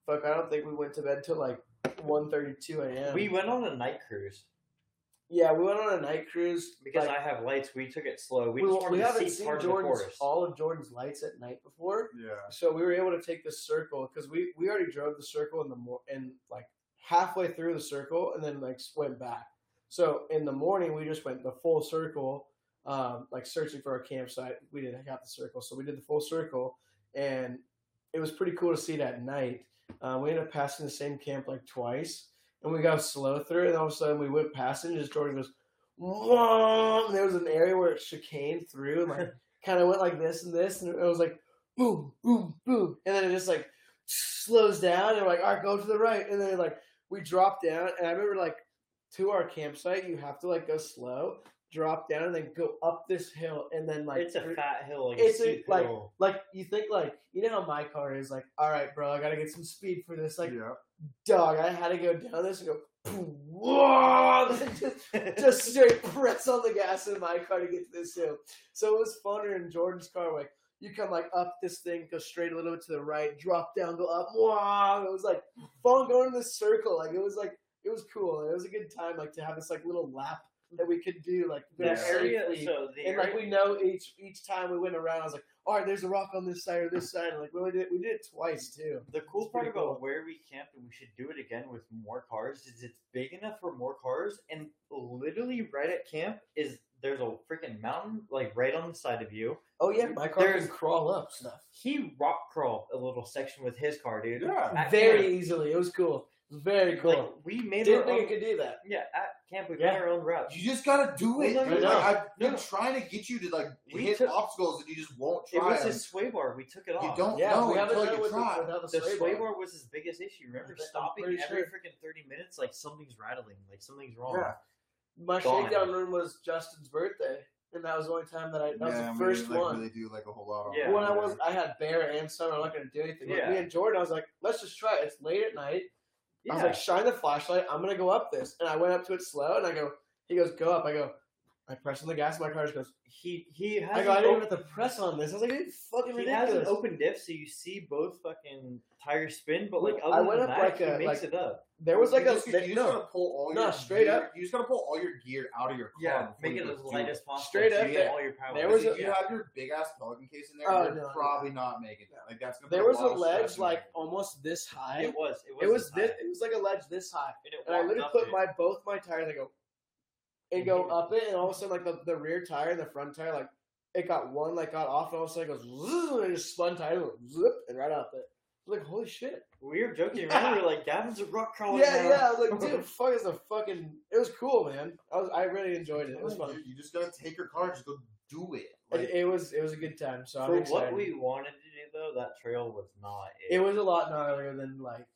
Speaker 2: fuck, I don't think we went to bed till like 1.32 a.m.
Speaker 1: We went on a night cruise
Speaker 2: yeah, we went on a night cruise
Speaker 1: because
Speaker 2: like,
Speaker 1: I have lights. We took it slow. We,
Speaker 2: we,
Speaker 1: just wanted
Speaker 2: we
Speaker 1: to
Speaker 2: haven't
Speaker 1: see
Speaker 2: seen
Speaker 1: part of the
Speaker 2: Jordan's
Speaker 1: forest.
Speaker 2: all of Jordan's lights at night before,
Speaker 3: yeah.
Speaker 2: so we were able to take this circle because we we already drove the circle in the mor- and like halfway through the circle, and then like went back. So in the morning, we just went the full circle, um, like searching for our campsite. We didn't have the circle, so we did the full circle, and it was pretty cool to see that night. Uh, we ended up passing the same camp like twice, and we got slow through, and all of a sudden we went past it, and just Jordan goes, "Whoa!" And there was an area where it chicaned through, and like kind of went like this and this, and it was like boom, boom, boom, and then it just like slows down, and we're like, "All right, go to the right," and then like we dropped down, and I remember like to our campsite, you have to like go slow, drop down, and then go up this hill, and then like
Speaker 1: it's a fat hill. Like
Speaker 2: it's
Speaker 1: a,
Speaker 2: a-
Speaker 1: steep
Speaker 2: like-
Speaker 1: hill.
Speaker 2: like you think like you know how my car is like. All right, bro, I gotta get some speed for this. Like,
Speaker 3: yeah.
Speaker 2: dog, I had to go down this and go. boom, Whoa! and then just, just straight press on the gas in my car to get to this hill. So it was funner in Jordan's car. Like you come like up this thing, go straight a little bit to the right, drop down, go up. Wow! It was like fun going in this circle. Like it was like it was cool. It was a good time. Like to have this like little lap that we could do. Like
Speaker 1: the
Speaker 3: Yeah.
Speaker 1: area.
Speaker 2: safely
Speaker 1: So the
Speaker 2: and
Speaker 1: area,
Speaker 2: like we know each each time we went around, I was like, all right, there's a rock on this side or this side. And like we did we did it twice too.
Speaker 1: the cool
Speaker 2: it's
Speaker 1: part
Speaker 2: pretty
Speaker 1: about
Speaker 2: cool.
Speaker 1: where we camped, and we should do it again with more cars, is it's big enough for more cars. And literally right at camp is there's a freaking mountain like right on the side of you.
Speaker 2: Oh yeah, my car
Speaker 1: There's-
Speaker 2: can crawl up stuff
Speaker 1: He rock crawled a little section with his car, dude.
Speaker 3: Yeah.
Speaker 1: At
Speaker 2: very
Speaker 1: camp.
Speaker 2: easily. It was cool, very cool.
Speaker 1: Like we made
Speaker 2: Didn't
Speaker 1: our
Speaker 2: think
Speaker 1: own.
Speaker 2: it could do that.
Speaker 1: Yeah, at camp we
Speaker 2: Yeah.
Speaker 1: made our own route.
Speaker 3: You just gotta do it.
Speaker 1: Well, no,
Speaker 2: no,
Speaker 3: Like,
Speaker 2: no.
Speaker 3: I've been
Speaker 1: No.
Speaker 3: trying to get you to like
Speaker 1: We
Speaker 3: hit
Speaker 1: took-
Speaker 3: obstacles and you just won't
Speaker 1: It
Speaker 3: try.
Speaker 1: was
Speaker 3: 'em.
Speaker 1: his sway bar. We took it
Speaker 3: you
Speaker 1: off.
Speaker 3: don't
Speaker 2: yeah,
Speaker 3: know
Speaker 2: we haven't
Speaker 3: Oh, until
Speaker 2: done it
Speaker 3: you
Speaker 2: with
Speaker 3: try.
Speaker 2: The, without the,
Speaker 1: The
Speaker 2: sway
Speaker 1: sway
Speaker 2: bar.
Speaker 1: bar was his biggest issue. Remember,
Speaker 2: I'm
Speaker 1: stopping
Speaker 2: pretty
Speaker 1: every
Speaker 2: sure.
Speaker 1: freaking thirty minutes, like something's rattling, like something's wrong.
Speaker 3: Yeah.
Speaker 2: My
Speaker 1: Gone.
Speaker 2: shakedown run was Justin's birthday, and that was the only time that I. That was
Speaker 3: I
Speaker 2: the
Speaker 3: mean,
Speaker 2: first
Speaker 3: like,
Speaker 2: one.
Speaker 3: Really do like a whole lot on
Speaker 1: Yeah.
Speaker 3: it.
Speaker 2: When I was, I had Bear and Summer. I'm not going to do anything. Like,
Speaker 1: Yeah.
Speaker 2: Me and Jordan, I was like, let's just try it. It's late at night. I was
Speaker 1: Yeah.
Speaker 2: like, shine the flashlight. I'm gonna go up this, and I went up to it slow, and I go. He goes, go up. I go. I press on the gas. My car just goes.
Speaker 1: he he has
Speaker 2: I go. I
Speaker 1: an
Speaker 2: didn't even
Speaker 1: open-
Speaker 2: have to press on this. I was like, this is fucking
Speaker 1: he has an
Speaker 2: ridiculous.
Speaker 1: open diff, so you see both fucking tires spin. But like
Speaker 2: Well,
Speaker 1: other
Speaker 2: I went
Speaker 1: than
Speaker 2: up
Speaker 1: that,
Speaker 2: like
Speaker 1: he
Speaker 2: a-
Speaker 1: makes
Speaker 2: like-
Speaker 1: it up.
Speaker 2: there was like
Speaker 3: you
Speaker 2: a
Speaker 3: just, you just
Speaker 2: no
Speaker 3: gotta pull all
Speaker 2: No,
Speaker 3: your
Speaker 2: straight
Speaker 3: gear-
Speaker 2: up.
Speaker 3: You just gotta pull all your gear out of your car. before
Speaker 1: make
Speaker 3: you
Speaker 1: it
Speaker 3: go
Speaker 1: as
Speaker 3: do
Speaker 1: light
Speaker 3: it.
Speaker 1: as possible.
Speaker 2: Straight
Speaker 1: so
Speaker 2: up
Speaker 1: you get
Speaker 2: there-
Speaker 1: all your power.
Speaker 2: there
Speaker 1: back.
Speaker 2: was
Speaker 3: Because
Speaker 2: a-
Speaker 3: if you have your big ass pelican case in there,
Speaker 2: Oh,
Speaker 3: you're
Speaker 2: no, no.
Speaker 3: probably not making that. Like that's gonna
Speaker 2: there
Speaker 3: put
Speaker 2: was a
Speaker 3: lot of
Speaker 2: ledge
Speaker 3: stress on
Speaker 2: like
Speaker 3: you.
Speaker 2: almost this high.
Speaker 1: It was. It was.
Speaker 2: It was
Speaker 1: high.
Speaker 2: this. It was like a ledge this high,
Speaker 1: And, it
Speaker 2: and I
Speaker 1: walked
Speaker 2: literally
Speaker 1: up
Speaker 2: put
Speaker 1: it.
Speaker 2: my both my tires. I go and
Speaker 1: Mhm.
Speaker 2: go up it, and all of a sudden, like the, the rear tire and the front tire, like it got one, like got off, and all of a sudden it goes, and it just spun tire, and, went, zoop, and right off it. like, holy shit.
Speaker 1: We were joking around. We were like, Gavin's a rock crawler.
Speaker 2: yeah,
Speaker 1: now.
Speaker 2: yeah. I was like, dude, fuck is a fucking. It was cool, man. I was, I really enjoyed it. It was fun.
Speaker 3: Dude, you just gotta take her car and just go do it. Like,
Speaker 2: It, it was, it was a good time. So I'm
Speaker 1: For
Speaker 2: excited.
Speaker 1: what we wanted to do though, that trail was not it.
Speaker 2: it was a lot gnarlier than like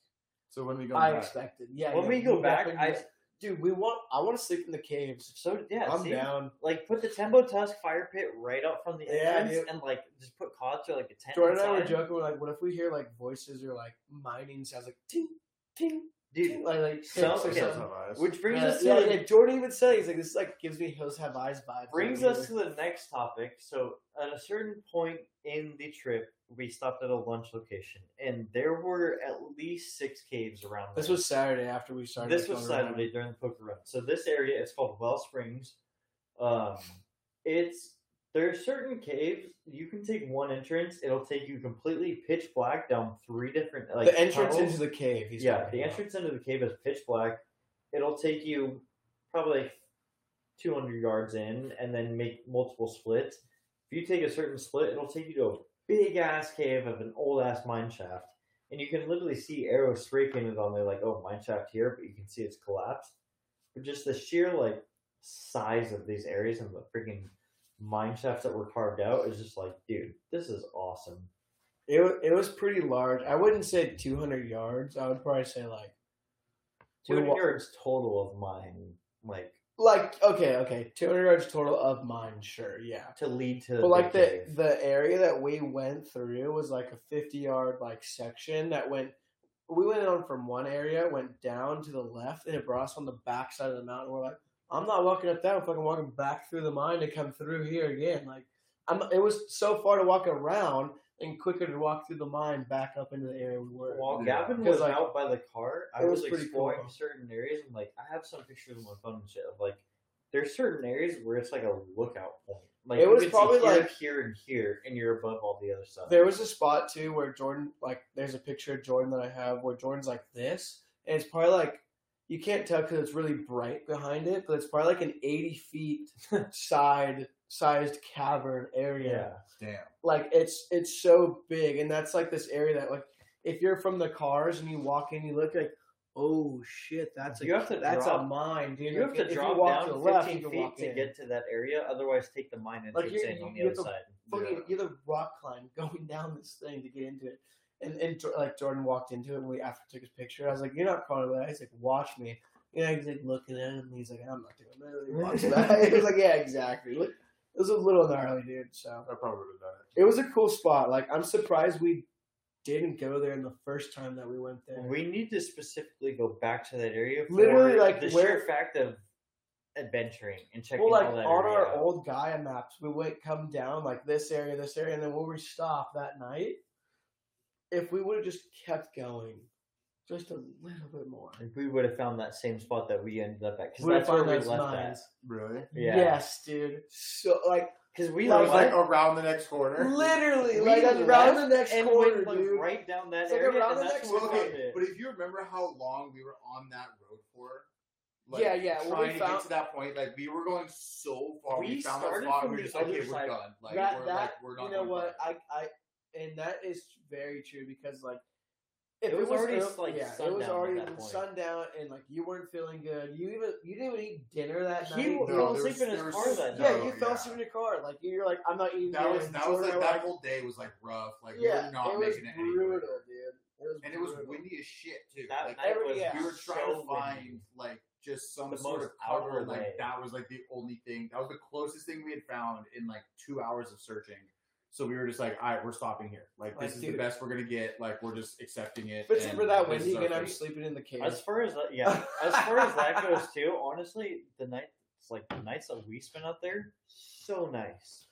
Speaker 3: so when we go
Speaker 2: I
Speaker 3: back,
Speaker 2: expected. Yeah.
Speaker 1: when
Speaker 2: yeah,
Speaker 1: we go back,
Speaker 2: definitely-
Speaker 1: I
Speaker 2: dude, we want. I want to sleep in the caves.
Speaker 1: so yeah.
Speaker 2: I'm
Speaker 1: see?
Speaker 2: down.
Speaker 1: Like put the Tembo Tusk fire pit right up from the
Speaker 2: Yeah,
Speaker 1: entrance,
Speaker 2: dude.
Speaker 1: and like just put cots or like a tent.
Speaker 2: Jordan and I were
Speaker 1: inside.
Speaker 2: joking. We're like, what if we hear like voices or like mining sounds like ting, ting,
Speaker 1: dude.
Speaker 2: ting, like like
Speaker 1: So-
Speaker 2: hits or
Speaker 1: okay.
Speaker 2: something.
Speaker 3: Have eyes.
Speaker 1: Which brings
Speaker 2: Yeah,
Speaker 1: us to
Speaker 2: Uh, yeah,
Speaker 1: the,
Speaker 2: yeah, Jordan even said he's like this like gives me hills have eyes vibes.
Speaker 1: brings
Speaker 2: Like,
Speaker 1: us to the next topic. So at a certain point in the trip, we stopped at a lunch location, and there were at least six caves around.
Speaker 2: This
Speaker 1: there.
Speaker 2: was Saturday after we started.
Speaker 1: this
Speaker 2: the
Speaker 1: was
Speaker 2: program.
Speaker 1: Saturday during the poker run. So this area it's called Well Springs. Um, it's there are certain caves you can take one entrance. It'll take you completely pitch black down three different like
Speaker 2: the entrance
Speaker 1: tunnels.
Speaker 2: into the cave. He's
Speaker 1: yeah,
Speaker 2: talking
Speaker 1: the
Speaker 2: about.
Speaker 1: entrance into the cave is pitch black. It'll take you probably like 200 yards in and then make multiple splits. If you take a certain split, it'll take you to a big ass cave of an old ass mine shaft. And you can literally see arrows raking it on there, like, oh, mine shaft here, but you can see it's collapsed. But just the sheer, like, size of these areas and the freaking mine shafts that were carved out is just like, dude, this is awesome.
Speaker 2: It wa- it was pretty large. I wouldn't say 200 yards. I would probably say like We
Speaker 1: 200
Speaker 2: wa-
Speaker 1: yards total of mine, like,
Speaker 2: like okay okay 200 yards total of mine. Sure, yeah.
Speaker 1: to lead to
Speaker 2: But like the
Speaker 1: cave.
Speaker 2: the area that we went through was like a 50 yard like section that went. We went on from one area, went down to the left, and it brought us on the back side of the mountain. We're like, I'm not walking up that. I'm fucking walking back through the mine to come through here again. Like, I'm. It was so far to walk around and quicker to walk through the mine back up into the area we were.
Speaker 1: While
Speaker 3: Yeah.
Speaker 1: Gavin
Speaker 2: Because,
Speaker 1: was
Speaker 2: like,
Speaker 1: out by the car, I
Speaker 2: it
Speaker 1: was,
Speaker 2: was pretty
Speaker 1: exploring
Speaker 2: cool.
Speaker 1: certain areas and like I have some pictures on my phone and shit of like there's certain areas where it's like a lookout point. Like
Speaker 2: It
Speaker 1: you
Speaker 2: was
Speaker 1: can see
Speaker 2: probably,
Speaker 1: here,
Speaker 2: like-
Speaker 1: here and here and you're above all the other stuff.
Speaker 2: There was a spot too where Jordan, like, there's a picture of Jordan that I have where Jordan's like this, and it's probably like you can't tell because it's really bright behind it, but it's probably like an 80 feet side sized cavern area.
Speaker 1: yeah.
Speaker 3: damn.
Speaker 2: Like it's it's so big, and that's like this area that like if you're from the cars and you walk in, you look like. Oh shit! That's a
Speaker 1: You have to
Speaker 2: that's
Speaker 1: drop-
Speaker 2: a mine, dude.
Speaker 1: You have
Speaker 2: Like,
Speaker 1: to
Speaker 2: if
Speaker 1: drop
Speaker 2: walk
Speaker 1: down
Speaker 2: to the left, you
Speaker 1: fifteen
Speaker 2: can walk
Speaker 1: feet to
Speaker 2: in.
Speaker 1: get to that area, otherwise take the mine
Speaker 2: Like,
Speaker 1: entrance
Speaker 2: you're-
Speaker 1: in
Speaker 2: you-
Speaker 1: on the
Speaker 2: you
Speaker 1: other
Speaker 2: have to-
Speaker 1: side.
Speaker 2: fucking
Speaker 3: Yeah.
Speaker 2: either rock climb going down this thing to get into it. And and Jo- like Jordan walked into it when we after took his picture. I was like, "You're not calling that." He's like, "Watch me." You know, he's like looking at him. And he's like, "I'm not doing that." He watched that. he was like, "Yeah, exactly." Look, It was a little gnarly, dude. So
Speaker 3: I probably would have done it.
Speaker 2: it was a cool spot. Like I'm surprised we didn't go there in the first time that we went there.
Speaker 1: We need to specifically go back to that area. For
Speaker 2: Literally, like,
Speaker 1: the
Speaker 2: where-
Speaker 1: sheer fact of adventuring and checking
Speaker 2: well, like
Speaker 1: all that
Speaker 2: on
Speaker 1: area
Speaker 2: our
Speaker 1: out.
Speaker 2: old Gaia maps, we would come down like this area, this area, and then where we stop that night. If we would have just kept going, just a little bit more,
Speaker 1: If we would have found that same spot that we ended up at, because
Speaker 2: We would've
Speaker 1: that's where
Speaker 2: found
Speaker 1: we
Speaker 2: those
Speaker 1: left at.
Speaker 2: mines.
Speaker 3: Really?
Speaker 1: Yeah.
Speaker 2: Yes, dude. So like
Speaker 1: Because we
Speaker 3: It
Speaker 2: Like,
Speaker 1: like,
Speaker 3: was like
Speaker 1: left,
Speaker 3: around the next corner.
Speaker 2: literally,
Speaker 1: we
Speaker 2: like
Speaker 1: left
Speaker 2: around the next
Speaker 1: and
Speaker 2: corner,
Speaker 1: went, like,
Speaker 2: dude.
Speaker 1: right down that
Speaker 2: It's like
Speaker 1: area,
Speaker 2: around
Speaker 1: and
Speaker 2: the
Speaker 1: that's
Speaker 2: next
Speaker 1: where
Speaker 3: Well,
Speaker 1: we
Speaker 2: corner.
Speaker 1: found
Speaker 3: okay,
Speaker 1: it.
Speaker 3: but if you remember how long we were on that road for, like,
Speaker 2: Yeah, yeah, well,
Speaker 3: trying
Speaker 2: we
Speaker 3: to
Speaker 2: found-
Speaker 3: get to that point, like we were going so far, we,
Speaker 1: We
Speaker 3: found that
Speaker 1: started
Speaker 3: spot,
Speaker 1: from
Speaker 3: we were
Speaker 1: the
Speaker 3: just
Speaker 1: other
Speaker 3: okay, we're
Speaker 1: side.
Speaker 3: done. Like
Speaker 2: That-
Speaker 3: we're
Speaker 2: that-
Speaker 3: like we're not.
Speaker 2: you know
Speaker 3: going
Speaker 2: what?
Speaker 3: back.
Speaker 2: I I and that is very true because like
Speaker 1: It was already,
Speaker 2: ear-
Speaker 1: like,
Speaker 2: it
Speaker 1: sundown
Speaker 2: was
Speaker 1: at
Speaker 2: already
Speaker 1: that point.
Speaker 2: sundown and like you weren't feeling good. You even you didn't even eat dinner that
Speaker 1: He Oh,
Speaker 2: night.
Speaker 1: w-
Speaker 3: No,
Speaker 1: fell
Speaker 3: there
Speaker 1: asleep
Speaker 3: was-
Speaker 1: in his
Speaker 3: there was-
Speaker 1: car that
Speaker 2: Yeah,
Speaker 1: night.
Speaker 3: No,
Speaker 2: you fell
Speaker 3: yeah.
Speaker 2: asleep in your car. Like you're like, I'm not eating.
Speaker 3: That
Speaker 2: dinner.
Speaker 3: was that was
Speaker 2: Jordan
Speaker 3: like
Speaker 2: and I
Speaker 3: that
Speaker 2: were
Speaker 3: whole day was like rough. Like
Speaker 2: yeah,
Speaker 3: we were not
Speaker 2: it was
Speaker 3: making it
Speaker 2: brutal,
Speaker 3: anywhere.
Speaker 2: dude.
Speaker 3: And it was
Speaker 2: brutal.
Speaker 3: windy as shit too.
Speaker 1: That
Speaker 3: like,
Speaker 1: night
Speaker 2: every-
Speaker 1: was
Speaker 2: yeah.
Speaker 3: we were trying
Speaker 1: so
Speaker 3: to find
Speaker 1: windy.
Speaker 3: like just some
Speaker 1: The
Speaker 3: sort
Speaker 1: most
Speaker 3: of cover, and,
Speaker 1: out-of-the-way.
Speaker 3: like that was like the only thing. That was the closest thing we had found in like two hours of searching. So we were just like, all right, we're stopping here. Like
Speaker 2: Like,
Speaker 3: this is
Speaker 2: dude.
Speaker 3: the best we're gonna get. Like we're just accepting it.
Speaker 2: If it's
Speaker 3: and
Speaker 2: for that
Speaker 3: this is
Speaker 2: windy,
Speaker 3: our
Speaker 2: then I'm
Speaker 3: fate.
Speaker 2: sleeping in the cave.
Speaker 1: As far as that, yeah, as far as that goes too. Honestly, the night, it's like the nights that we spent out there, so nice.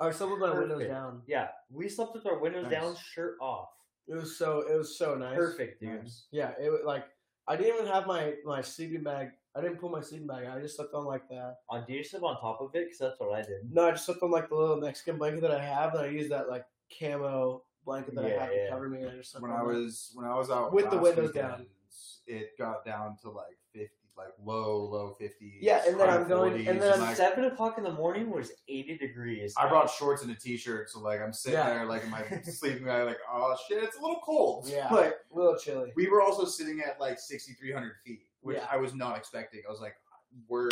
Speaker 2: Or some of my windows
Speaker 1: Perfect.
Speaker 2: down.
Speaker 1: Yeah, we slept with our windows
Speaker 3: Nice.
Speaker 1: down, shirt off.
Speaker 2: It was so it was so nice.
Speaker 1: Perfect, dude.
Speaker 3: Nice.
Speaker 2: Yeah, it was like I didn't even have my my sleeping bag. I didn't pull my sleeping bag. out. I just slept on like the
Speaker 1: On do you sleep on top of it? Because that's what I did.
Speaker 2: no. I just slept on like the little Mexican blanket that I have. And I used that like camo blanket that I
Speaker 1: Yeah,
Speaker 2: have
Speaker 1: yeah.
Speaker 2: to cover me. And I just slept
Speaker 3: when
Speaker 2: on
Speaker 3: I
Speaker 2: that.
Speaker 3: was when I was out
Speaker 2: With the
Speaker 3: last
Speaker 2: windows
Speaker 3: weekend,
Speaker 2: down.
Speaker 3: was it got down to like fifty, like low, low fifties.
Speaker 2: Yeah, and then
Speaker 3: high
Speaker 2: I'm going-
Speaker 3: 40s,
Speaker 1: And then
Speaker 3: like,
Speaker 1: seven o'clock in the morning was eighty degrees.
Speaker 3: I brought shorts and a t-shirt, so like I'm sitting
Speaker 2: Yeah.
Speaker 3: there, like in my sleeping bag, like oh shit, it's a little cold.
Speaker 2: Yeah.
Speaker 3: Like
Speaker 2: A little chilly.
Speaker 3: we were also sitting at like 6,300 feet, which
Speaker 2: Yeah.
Speaker 3: I was not expecting. I was like, we're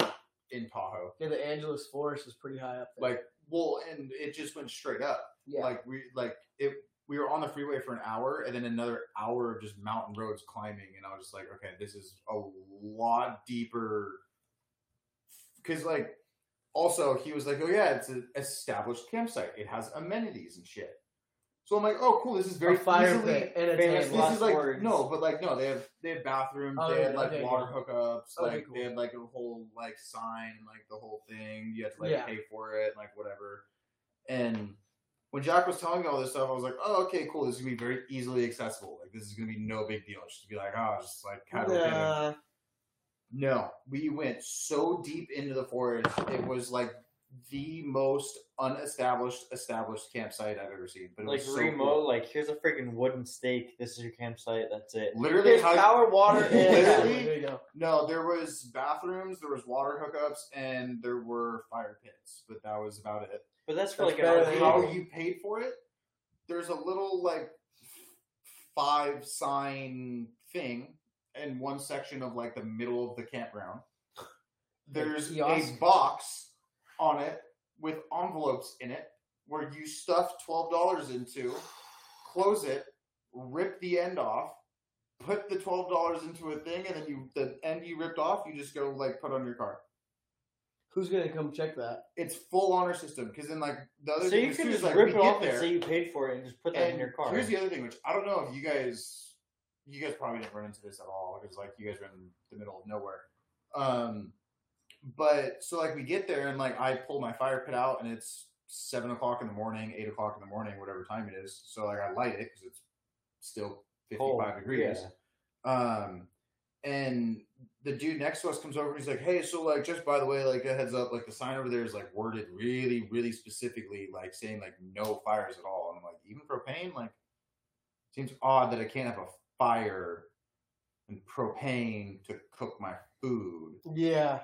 Speaker 3: in Tahoe.
Speaker 2: Yeah, the Angeles Forest is pretty high up there.
Speaker 3: Like, well, and it just went straight up.
Speaker 2: yeah.
Speaker 3: Like we like it. We were on the freeway for an hour, and then another hour of just mountain roads climbing, and I was just like, okay, this is a lot deeper. Because like, also he was like, oh yeah, it's an established campsite. It has amenities and shit. So I'm like, oh cool, this is very
Speaker 2: a fire
Speaker 3: easily
Speaker 2: pit and a
Speaker 1: famous
Speaker 2: table.
Speaker 3: this
Speaker 1: Lost
Speaker 3: is like
Speaker 1: words.
Speaker 3: no, but like no, they have they have bathrooms,
Speaker 2: Oh,
Speaker 3: they had
Speaker 2: yeah,
Speaker 3: like
Speaker 2: okay,
Speaker 3: water hookups,
Speaker 2: Okay,
Speaker 3: like
Speaker 2: cool.
Speaker 3: they had like a whole like sign and like the whole thing. You had to like
Speaker 2: Yeah.
Speaker 3: pay for it, like whatever. And when Jack was telling me all this stuff, I was like, oh okay, cool. This is gonna be very easily accessible. Like this is gonna be no big deal. It's Just be like oh, just like casual camping.
Speaker 1: Nah.
Speaker 3: No, we went so deep into the forest. It was like the most unestablished established campsite I've ever seen. But it
Speaker 1: like
Speaker 3: was so
Speaker 1: Remo,
Speaker 3: cool.
Speaker 1: like here's a freaking wooden stake. This is your campsite. That's it.
Speaker 3: Literally,
Speaker 1: Here's
Speaker 3: how
Speaker 1: power, water,
Speaker 2: Yeah,
Speaker 1: and
Speaker 3: Literally-
Speaker 2: there you go.
Speaker 3: No, there was bathrooms, there was water hookups, and there were fire pits, but that was about it.
Speaker 1: but that's for
Speaker 2: That's
Speaker 1: like an
Speaker 2: better
Speaker 1: hour.
Speaker 2: than
Speaker 3: How
Speaker 2: Yeah.
Speaker 3: you paid for it? There's a little like five sign thing in one section of like the middle of the campground. There's a
Speaker 2: kiosk?
Speaker 3: box on it with envelopes in it where you stuff twelve dollars into, close it, rip the end off, put the twelve dollars into a thing, and then you the end you ripped off, you just go like put on your card.
Speaker 2: Who's gonna come check that?
Speaker 3: It's full honor system because then like the other
Speaker 1: So
Speaker 3: thing
Speaker 1: you
Speaker 3: is,
Speaker 1: can
Speaker 3: too,
Speaker 1: just
Speaker 3: is, like,
Speaker 1: rip
Speaker 3: we
Speaker 1: it
Speaker 3: get
Speaker 1: off
Speaker 3: there,
Speaker 1: and say you paid for it and just put that in
Speaker 3: and
Speaker 1: your car.
Speaker 3: Here's the other thing, which I don't know if you guys, you guys probably didn't run into this at all because like you guys were in the middle of nowhere. Um, but so like we get there and like I pull my fire pit out and it's seven o'clock in the morning, eight o'clock in the morning, whatever time it is. So like I light it because it's still
Speaker 1: Cold,
Speaker 3: fifty-five degrees.
Speaker 1: yeah.
Speaker 3: Um, and the dude next to us comes over and he's like, "Hey, so like, just by the way, like a heads up, like the sign over there is like worded really, really specifically, like saying like no fires at all." And I'm like, even propane, like, seems odd that I can't have a fire and propane to cook my food.
Speaker 2: Yeah,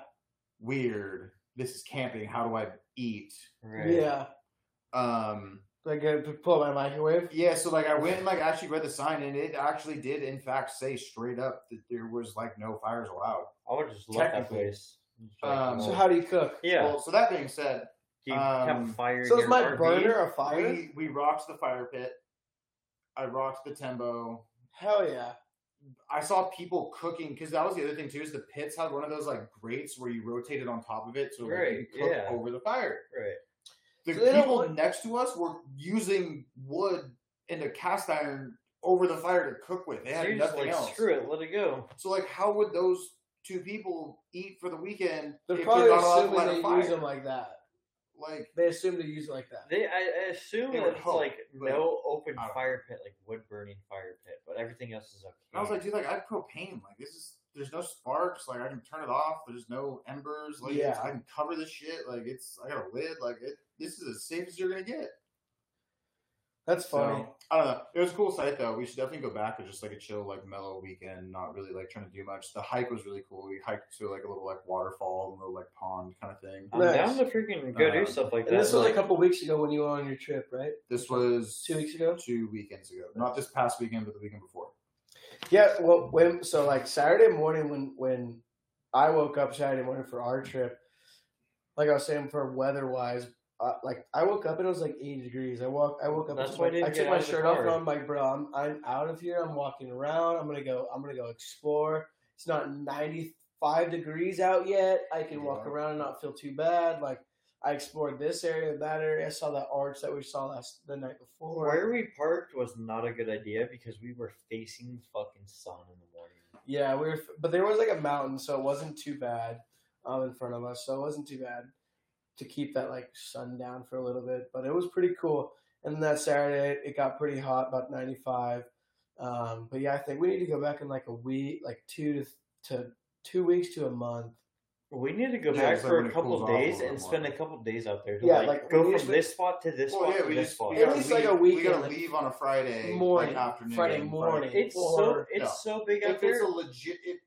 Speaker 3: Weird. This is camping. How do I eat?
Speaker 1: Right.
Speaker 2: yeah.
Speaker 3: Um,
Speaker 2: Like uh, pull my microwave.
Speaker 3: yeah, so like I went and like actually read the sign, and it actually did in fact say straight up that there was like no fires allowed.
Speaker 1: I would just love that
Speaker 3: Technically.
Speaker 1: place.
Speaker 3: Um,
Speaker 2: So how do you cook?
Speaker 1: yeah,
Speaker 3: Well, so that being said,
Speaker 1: do you have a
Speaker 3: um,
Speaker 1: fire? in
Speaker 2: So is
Speaker 1: your
Speaker 2: my
Speaker 1: RV?
Speaker 2: burner a fire?
Speaker 3: We we rocked the fire pit. I rocked the tembo.
Speaker 2: Hell yeah.
Speaker 3: I saw people cooking because that was the other thing too. Is the pits had one of those like grates where you rotate it on top of it, so like, you
Speaker 1: Right,
Speaker 3: cook
Speaker 1: yeah.
Speaker 3: over the fire.
Speaker 1: Right.
Speaker 3: The
Speaker 2: So they don't
Speaker 3: people
Speaker 2: want-
Speaker 3: next to us were using wood and a cast iron over the fire to cook with. They
Speaker 1: So
Speaker 3: had
Speaker 1: you're just
Speaker 3: nothing
Speaker 1: like,
Speaker 3: else.
Speaker 1: Screw it. Let it go.
Speaker 3: So like, how would those two people eat for the weekend
Speaker 2: They're
Speaker 3: if
Speaker 2: probably
Speaker 3: they're not allowed to
Speaker 2: assuming
Speaker 3: light a
Speaker 2: they
Speaker 3: fire?
Speaker 2: use them like that.
Speaker 3: Like,
Speaker 2: They assume they use it like that.
Speaker 1: They, I, I assume
Speaker 3: They
Speaker 1: that
Speaker 3: would
Speaker 1: it's
Speaker 3: hope,
Speaker 1: like
Speaker 3: but
Speaker 1: no open
Speaker 3: I don't
Speaker 1: fire pit, like wood burning fire pit, but everything else is okay.
Speaker 3: And I was like, dude, like I have propane. Like this is there's no sparks. Like I can turn it off. There's no embers. Like it's-
Speaker 2: Yeah.
Speaker 3: I can cover this shit. Like it's I got a lid. Like it, this is as safe as you're gonna get.
Speaker 2: That's funny.
Speaker 3: So, I don't know. It was a cool site though. We should definitely go back to just like a chill, like mellow weekend. Not really like trying to do much. The hike was really cool. We hiked to like a little like waterfall, and little like pond kind of thing.
Speaker 1: I'm
Speaker 2: Nice.
Speaker 1: down to freaking go
Speaker 3: Um,
Speaker 1: do stuff like
Speaker 2: and
Speaker 1: that.
Speaker 2: this was
Speaker 1: like,
Speaker 2: a couple weeks ago when you were on your trip, right?
Speaker 3: This was
Speaker 2: Two weeks ago.
Speaker 3: two weekends ago. Not this past weekend, but the weekend before.
Speaker 2: Yeah. Well, when so like Saturday morning when when I woke up Saturday morning for our trip, like I was saying for weather wise. Uh, like I woke up and it was like 80 degrees. I walk. I woke up.
Speaker 1: That's
Speaker 2: I took
Speaker 1: why I
Speaker 2: my-
Speaker 1: didn't
Speaker 2: I
Speaker 1: get
Speaker 2: took
Speaker 1: out
Speaker 2: my
Speaker 1: of the
Speaker 2: shirt off and
Speaker 1: car.
Speaker 2: I'm like, bro, I'm, I'm out of here. I'm walking around. I'm gonna go. I'm gonna go explore. It's not 95 degrees out yet. I can walk
Speaker 3: Yeah.
Speaker 2: around and not feel too bad. Like I explored this area, that area. I saw that arch that we saw last the night before.
Speaker 1: Where we parked was not a good idea because we were facing the fucking sun in the morning.
Speaker 2: Yeah, we were, f- but there was like a mountain, so it wasn't too bad um, in front of us. So it wasn't too bad to keep that like sun down for a little bit. But it was pretty cool. And then that Saturday, it got pretty hot, about ninety five. Um, but yeah, I think we need to go back in like a week, like two to, to two weeks to a month.
Speaker 1: We need to go
Speaker 3: Yeah,
Speaker 1: back
Speaker 3: it's like
Speaker 1: for
Speaker 3: when
Speaker 1: a
Speaker 3: it
Speaker 1: couple
Speaker 3: cools off a
Speaker 1: days
Speaker 3: little
Speaker 1: and
Speaker 3: more.
Speaker 1: spend a couple days out there to
Speaker 2: Yeah,
Speaker 1: like,
Speaker 2: like, we
Speaker 1: go
Speaker 2: need to
Speaker 1: from
Speaker 2: spend-
Speaker 1: this spot to this
Speaker 3: Well,
Speaker 1: spot
Speaker 3: yeah,
Speaker 1: to
Speaker 3: we
Speaker 1: this
Speaker 3: just
Speaker 1: spot.
Speaker 3: we
Speaker 2: At
Speaker 3: gotta
Speaker 2: least, like,
Speaker 3: leave-
Speaker 2: a
Speaker 3: We gotta
Speaker 2: weekend, like,
Speaker 3: leave on a Friday
Speaker 2: morning,
Speaker 3: like afternoon,
Speaker 2: Friday
Speaker 3: like,
Speaker 2: morning.
Speaker 1: It's so
Speaker 2: Or-
Speaker 1: it's
Speaker 3: No.
Speaker 1: so big out
Speaker 3: if it's
Speaker 1: there.
Speaker 3: a legit, it,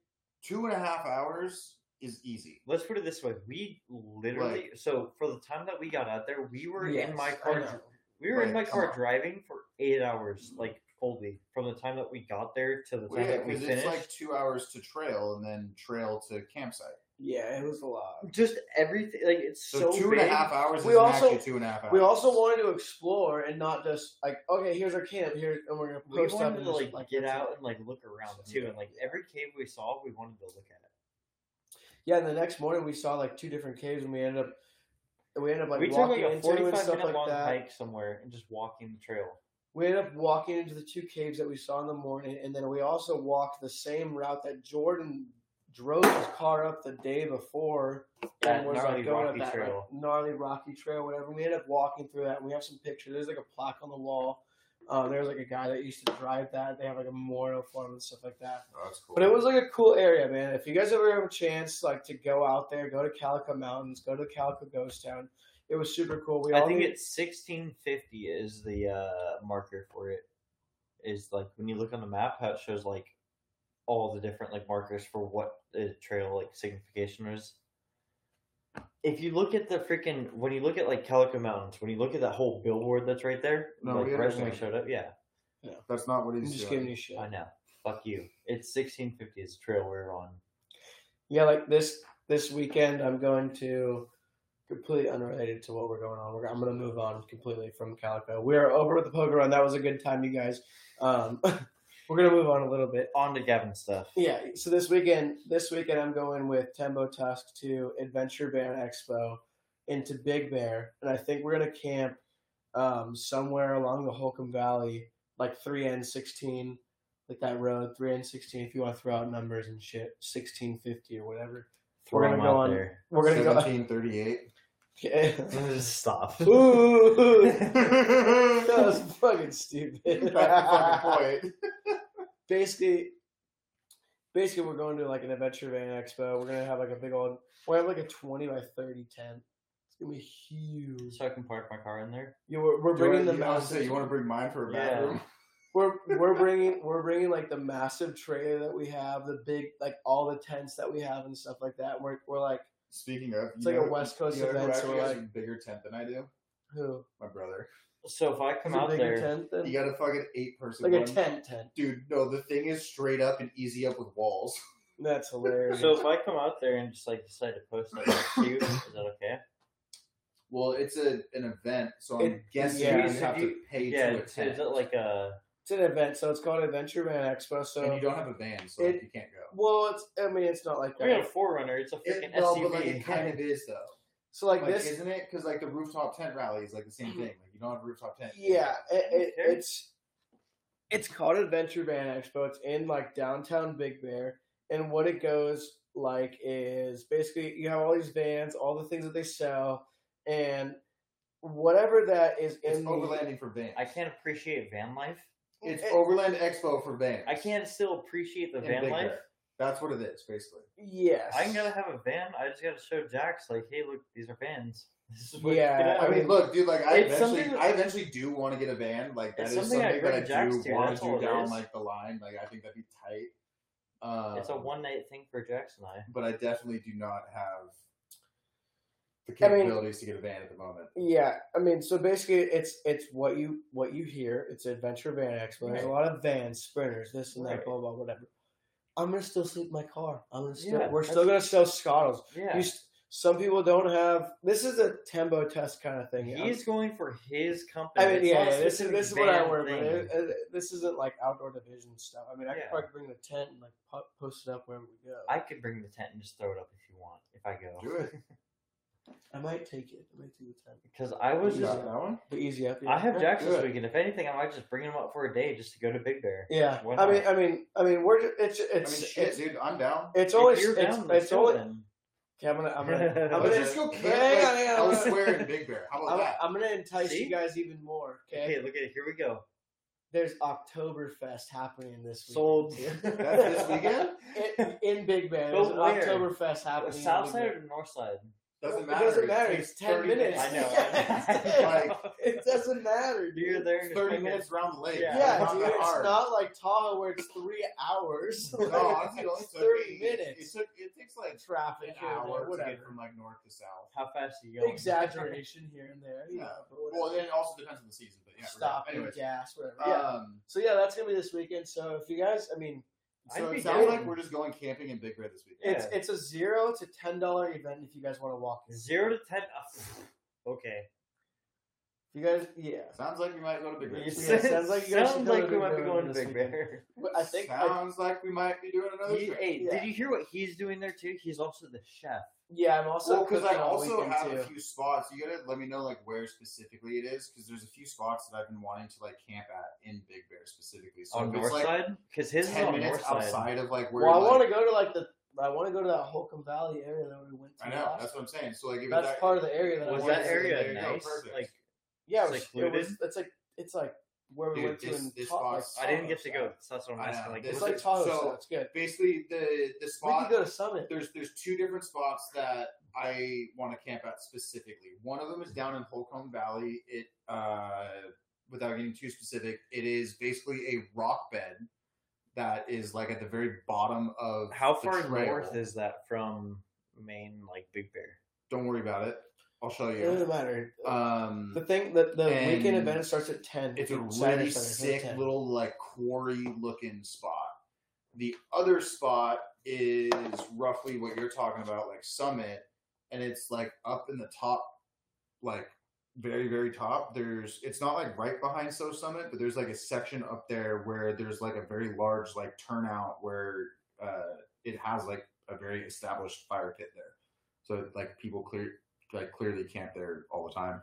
Speaker 3: two and a half hours is easy.
Speaker 1: Let's put it this way: we literally so for the time that we got out there, we were
Speaker 2: Yes,
Speaker 1: in my
Speaker 2: I
Speaker 1: car.
Speaker 2: know.
Speaker 1: We were in
Speaker 3: Like,
Speaker 1: my
Speaker 3: come
Speaker 1: car
Speaker 3: on.
Speaker 1: driving for eight hours, like fully, from the time that we got there to the time
Speaker 3: Well, yeah,
Speaker 1: that we
Speaker 3: because
Speaker 1: finished.
Speaker 3: it's like two hours to trail and then trail to campsite.
Speaker 2: Yeah, it was a lot.
Speaker 1: Just everything, like it's
Speaker 3: So,
Speaker 1: so,
Speaker 3: two and
Speaker 1: big.
Speaker 3: a half hours
Speaker 2: We
Speaker 3: isn't
Speaker 2: also-
Speaker 3: actually two and a half hours.
Speaker 2: We also wanted to explore and not just like, okay, here's our camp here, and we're gonna
Speaker 1: We
Speaker 2: post up
Speaker 1: wanted
Speaker 2: and
Speaker 1: to
Speaker 2: just,
Speaker 1: like, get
Speaker 2: that's
Speaker 1: out
Speaker 2: it.
Speaker 1: and like look around too, and like every cave we saw, we wanted to look at it.
Speaker 2: Yeah, and the next morning we saw like two different caves, and we ended up, and we ended up like
Speaker 1: we took
Speaker 2: walking
Speaker 1: like a
Speaker 2: into and
Speaker 1: forty-five
Speaker 2: stuff
Speaker 1: minute
Speaker 2: like
Speaker 1: long
Speaker 2: that.
Speaker 1: hike somewhere and just walking the trail.
Speaker 2: We ended up walking into the two caves that we saw in the morning, and then we also walked the same route that Jordan drove his car up the day before.
Speaker 1: That
Speaker 2: was,
Speaker 1: gnarly rocky
Speaker 2: like,
Speaker 1: trail.
Speaker 2: gnarly rocky trail, whatever. We ended up walking through that, and we have some pictures. There's like a plaque on the wall. Uh, there's like a guy that used to drive that. They have like a memorial for him and stuff like that.
Speaker 3: Oh, that's cool.
Speaker 2: But it was like a cool area, man. If you guys ever have a chance, like to go out there, go to Calico Mountains, go to Calico Ghost Town. It was super cool. We
Speaker 1: I
Speaker 2: all
Speaker 1: think
Speaker 2: knew-
Speaker 1: it's sixteen fifty is the uh, marker for it. Is like when you look on the map, how it shows like all the different like markers for what the trail like signification is. If you look at the freaking when you look at like Calico Mountains, when you look at that whole billboard that's right there,
Speaker 3: No,
Speaker 1: like
Speaker 3: we
Speaker 1: resume
Speaker 3: understand.
Speaker 1: showed up. Yeah,
Speaker 3: That's not what
Speaker 2: I'm
Speaker 3: he's
Speaker 2: just
Speaker 3: doing.
Speaker 2: giving you shit.
Speaker 1: uh, I know. Fuck you. It's sixteen fifty is the trail we're on.
Speaker 2: Yeah, like this this weekend, I'm going to completely unrelated to what we're going on. We're, I'm going to move on completely from Calico. We are over with the poker run. That was a good time, you guys. Um, we're going to move on a little bit.
Speaker 1: On to Gavin stuff.
Speaker 2: Yeah. So this weekend, this weekend, I'm going with Tembo Tusk to Adventure Bear Expo into Big Bear, and I think we're going to camp um, somewhere along the Holcomb Valley, like three N sixteen. Like that road, three N sixteen. If you want to throw out numbers and shit, sixteen fifty or whatever. We're
Speaker 1: Throw
Speaker 2: gonna
Speaker 1: him
Speaker 2: go
Speaker 1: out
Speaker 2: on- We're gonna go.
Speaker 3: 1738.
Speaker 2: Okay.
Speaker 1: there. Stop.
Speaker 2: Ooh, that was
Speaker 3: That's
Speaker 2: fucking stupid.
Speaker 3: the fucking point.
Speaker 2: basically, basically, we're going to like an adventure van expo. We're gonna have like a big old. We have like a twenty by thirty tent. It's gonna be huge.
Speaker 1: so I can park my car in there.
Speaker 2: You we're, we're
Speaker 3: Do you
Speaker 2: bringing
Speaker 3: wanna-
Speaker 2: the
Speaker 3: you wanna say
Speaker 2: massive.
Speaker 3: you want to bring mine for a
Speaker 1: Yeah.
Speaker 3: bathroom?
Speaker 2: We're we're bringing we're bringing like the massive trailer that we have, the big like all the tents that we have and stuff like that. We're we're like
Speaker 3: Speaking of,
Speaker 2: It's
Speaker 3: you
Speaker 2: like a
Speaker 3: know-
Speaker 2: West Coast
Speaker 3: you know who
Speaker 2: event, so
Speaker 3: actually
Speaker 2: we're
Speaker 3: has
Speaker 2: like-
Speaker 3: a bigger tent than I do.
Speaker 2: who?
Speaker 3: My brother.
Speaker 1: So if I come
Speaker 2: Is it
Speaker 1: out
Speaker 2: bigger
Speaker 1: there,
Speaker 2: tent than
Speaker 3: You got a fucking eight person.
Speaker 2: like a tent tent.
Speaker 3: Dude, no, the thing is straight up and easy up with walls.
Speaker 2: That's hilarious.
Speaker 1: so if I come out there and just like decide to post like that's cute, is that okay?
Speaker 3: Well, it's a an event, so I'm
Speaker 2: It-
Speaker 3: guessing
Speaker 2: yeah.
Speaker 3: you
Speaker 1: So
Speaker 3: have
Speaker 1: do
Speaker 3: to pay
Speaker 1: yeah,
Speaker 3: to
Speaker 1: it's- is
Speaker 3: attend.
Speaker 1: it like a
Speaker 2: it's an event, so it's called Adventure Van Expo. So
Speaker 3: and you don't have a van, so
Speaker 2: It-
Speaker 3: you can't go.
Speaker 2: Well, it's. I mean, it's not like
Speaker 1: we got a
Speaker 2: that.
Speaker 1: forerunner? It's a freaking
Speaker 3: It, no,
Speaker 1: SUV.
Speaker 3: but like it kind of is though.
Speaker 2: So like,
Speaker 3: Like,
Speaker 2: this,
Speaker 3: isn't it? Because like the rooftop tent rally is like the
Speaker 1: Mm-hmm.
Speaker 3: same thing. Like you don't have a rooftop tent.
Speaker 2: yeah, it, it,
Speaker 1: Okay.
Speaker 2: it's it's called Adventure Van Expo. It's in like downtown Big Bear, and what it goes like is basically you have all these vans, all the things that they sell, and whatever that is
Speaker 3: it's
Speaker 2: in the
Speaker 3: overlanding for vans.
Speaker 1: I can't appreciate van life.
Speaker 3: It's
Speaker 2: it-
Speaker 3: Overland Expo for vans.
Speaker 1: I can't still appreciate the
Speaker 3: in
Speaker 1: van
Speaker 3: Big
Speaker 1: life.
Speaker 3: Bear. That's what it is, basically.
Speaker 2: Yes,
Speaker 1: I'm gonna have a van. I just gotta show Jax like, hey, look, these are vans. This is what
Speaker 2: Yeah,
Speaker 1: gonna
Speaker 3: I mean,
Speaker 2: mean,
Speaker 3: look, dude. Like, I
Speaker 1: it's
Speaker 3: eventually,
Speaker 1: something that-
Speaker 3: I eventually do want to get a van. Like, that
Speaker 1: It's
Speaker 3: is
Speaker 1: something
Speaker 3: something,
Speaker 1: I
Speaker 3: that I
Speaker 1: bring Jax
Speaker 3: do
Speaker 1: to,
Speaker 3: want
Speaker 1: that's
Speaker 3: to
Speaker 1: all
Speaker 3: do
Speaker 1: it
Speaker 3: down
Speaker 1: is.
Speaker 3: like the line. Like, I think that'd be tight. Uh,
Speaker 1: It's a one night thing for Jax and I.
Speaker 3: but I definitely do not have the
Speaker 2: I mean-
Speaker 3: capabilities to get a van at the moment.
Speaker 2: Yeah, I mean, so basically, it's it's what you what you hear. It's adventure van expo. There's a
Speaker 1: Right.
Speaker 2: lot of vans, sprinters, this and that,
Speaker 1: Right.
Speaker 2: blah blah whatever. I'm gonna still sleep in my car. I'm gonna still.
Speaker 1: Yeah,
Speaker 2: we're still gonna sell scottles.
Speaker 1: Yeah.
Speaker 2: You st- some people don't have. This is a tembo test kind of thing.
Speaker 1: He's going for his company.
Speaker 2: I mean,
Speaker 1: It's
Speaker 2: yeah,
Speaker 1: not a
Speaker 2: yeah, this is
Speaker 1: specific
Speaker 2: this is what I
Speaker 1: van
Speaker 2: wear, but
Speaker 1: thing.
Speaker 2: it, it- this isn't like outdoor division stuff. I mean, I could
Speaker 1: Yeah.
Speaker 2: probably bring a tent and like po- post it up wherever we go.
Speaker 1: I could bring the tent and just throw it up if you want. If I go,
Speaker 3: Do it.
Speaker 2: I might take it. I might take the tent.
Speaker 1: because I was
Speaker 3: You
Speaker 1: just
Speaker 3: got that one?
Speaker 2: The easy up.
Speaker 1: I have Jax this
Speaker 3: Good.
Speaker 1: weekend. If anything, I might just bring him up for a day just to go to Big Bear.
Speaker 2: Yeah,
Speaker 1: Why
Speaker 2: I mean,
Speaker 1: not?
Speaker 2: I mean, I mean, we're ju- it's
Speaker 3: I
Speaker 2: it's
Speaker 3: mean,
Speaker 2: it's
Speaker 3: shit, dude. I'm down.
Speaker 2: It's
Speaker 1: If
Speaker 2: always
Speaker 1: you're
Speaker 2: it's,
Speaker 1: down, let's
Speaker 2: it's
Speaker 1: go
Speaker 2: only.
Speaker 1: then.
Speaker 2: Okay, I'm gonna I'm gonna
Speaker 1: Let's
Speaker 2: I'm gonna,
Speaker 3: Let's go
Speaker 2: hang
Speaker 3: camp
Speaker 2: on,
Speaker 3: like
Speaker 2: hang on,
Speaker 3: elsewhere
Speaker 2: hang on.
Speaker 3: in Big Bear. How about
Speaker 2: I'm,
Speaker 3: that?
Speaker 2: I'm gonna entice
Speaker 1: See?
Speaker 2: you guys even more.
Speaker 1: Okay,
Speaker 2: Okay,
Speaker 1: look at it. Here we go.
Speaker 2: there's Oktoberfest happening this week.
Speaker 1: Sold.
Speaker 3: That's this weekend?
Speaker 2: in, in Big Bend. There's an
Speaker 1: But where?
Speaker 2: Oktoberfest happening. in
Speaker 1: South
Speaker 2: Big
Speaker 1: side
Speaker 2: Bend.
Speaker 1: or north side?
Speaker 3: Doesn't
Speaker 2: It
Speaker 3: matter.
Speaker 2: doesn't matter.
Speaker 3: takes
Speaker 2: It's 10
Speaker 3: 30
Speaker 2: minutes.
Speaker 1: I know.
Speaker 2: Yes.
Speaker 1: I know.
Speaker 3: Like,
Speaker 2: It doesn't matter,
Speaker 1: You're
Speaker 2: dude.
Speaker 1: there. in a
Speaker 3: Thirty
Speaker 1: second.
Speaker 3: minutes round the lake.
Speaker 1: Yeah.
Speaker 2: Yeah,
Speaker 3: Not
Speaker 2: dude,
Speaker 3: that
Speaker 2: it's
Speaker 3: hard.
Speaker 2: not like Tahoe where it's three hours.
Speaker 3: No, honestly, it only
Speaker 2: it's
Speaker 3: took
Speaker 2: thirty
Speaker 3: me- It,
Speaker 2: minutes.
Speaker 3: took, it takes like an
Speaker 2: traffic here and
Speaker 3: hour
Speaker 2: there,
Speaker 3: to get
Speaker 2: whatever.
Speaker 3: from like north to south.
Speaker 1: How fast are you going?
Speaker 2: Exaggeration here and there. you know, but whatever.
Speaker 3: Well, then it also depends on the season, but yeah.
Speaker 2: stop and
Speaker 3: Anyways,
Speaker 2: gas, whatever.
Speaker 3: um,
Speaker 2: Yeah. So yeah, that's gonna be this weekend. So if you guys, I mean,
Speaker 3: so
Speaker 1: I'd be
Speaker 3: it sounds
Speaker 1: down.
Speaker 3: like we're just going camping in Big Red this weekend.
Speaker 2: it's it's a zero to ten dollar event if you guys want to walk in. If
Speaker 1: Zero to ten. uh, okay.
Speaker 2: you guys, yeah,
Speaker 3: Sounds like we might go to Big Red.
Speaker 2: You said- sounds like you guys should
Speaker 1: Sounds
Speaker 2: go to
Speaker 1: like we
Speaker 2: Big
Speaker 1: might be
Speaker 2: Bear
Speaker 1: going to
Speaker 2: this
Speaker 1: Big Bear.
Speaker 2: But I think I,
Speaker 3: sounds like we might be doing another
Speaker 1: He-
Speaker 3: trip.
Speaker 1: hey,
Speaker 2: Yeah.
Speaker 1: did you hear what he's doing there too? He's also the chef.
Speaker 2: yeah, I'm also
Speaker 3: Well, because I
Speaker 2: cooking all
Speaker 3: also
Speaker 2: weekend,
Speaker 3: have
Speaker 2: too.
Speaker 3: a few spots. You gotta let me know like where specifically it is, because there's a few spots that I've been wanting to like camp at in Big Bear specifically. So
Speaker 1: on
Speaker 3: if it's,
Speaker 1: north
Speaker 3: like,
Speaker 1: side, because his is
Speaker 3: ten
Speaker 1: on
Speaker 3: minutes
Speaker 1: north side.
Speaker 3: outside of like where.
Speaker 2: Well, I
Speaker 3: like-
Speaker 2: want to go to like the I want to go to that Holcomb Valley area that we went to.
Speaker 3: I know.
Speaker 2: last
Speaker 3: That's what I'm saying. So like, if
Speaker 2: That's
Speaker 3: it's
Speaker 2: part of the area that I
Speaker 1: Was
Speaker 2: wanted
Speaker 1: that
Speaker 2: to-
Speaker 3: There
Speaker 1: area
Speaker 3: you go,
Speaker 1: nice?
Speaker 3: perfect.
Speaker 1: Like
Speaker 2: Yeah, it
Speaker 1: It's
Speaker 2: was, it
Speaker 1: secluded?
Speaker 2: was. It's like it's like where we
Speaker 3: Dude,
Speaker 2: went to
Speaker 3: this-
Speaker 2: and
Speaker 3: this
Speaker 2: Ta- like,
Speaker 3: spot's-
Speaker 2: Tahoe
Speaker 1: I didn't get to
Speaker 2: style.
Speaker 1: go. So that's what I'm
Speaker 3: I
Speaker 1: asking.
Speaker 3: know.
Speaker 1: Like,
Speaker 3: This
Speaker 2: It's
Speaker 1: was
Speaker 2: like
Speaker 1: it-
Speaker 2: Tahoe,
Speaker 3: so-
Speaker 2: so it's good.
Speaker 3: basically the the
Speaker 2: We
Speaker 3: spot.
Speaker 2: could go to Summit.
Speaker 3: there's there's two different spots that I want to camp at specifically. One of them is down in Holcomb Valley. It uh, without getting too specific, it is basically a rock bed that is like at the very bottom of
Speaker 1: how
Speaker 3: the
Speaker 1: far
Speaker 3: trail.
Speaker 1: north is that from Maine? Like Big Bear.
Speaker 3: Don't worry about it. I'll show
Speaker 2: It doesn't
Speaker 3: you.
Speaker 2: matter.
Speaker 3: Um,
Speaker 2: the thing that the
Speaker 3: and
Speaker 2: weekend event starts at ten.
Speaker 3: It's a
Speaker 2: Dude, Saturday
Speaker 3: really
Speaker 2: starts at
Speaker 3: sick
Speaker 2: 10.
Speaker 3: little like quarry looking spot. The other spot is roughly what you're talking about, like summit, and it's like up in the top, like very very top. There's it's not like right behind So Summit, but there's like a section up there where there's like a very large like turnout where uh, it has like a very established fire pit there. So like people clear like clearly camp there all the time.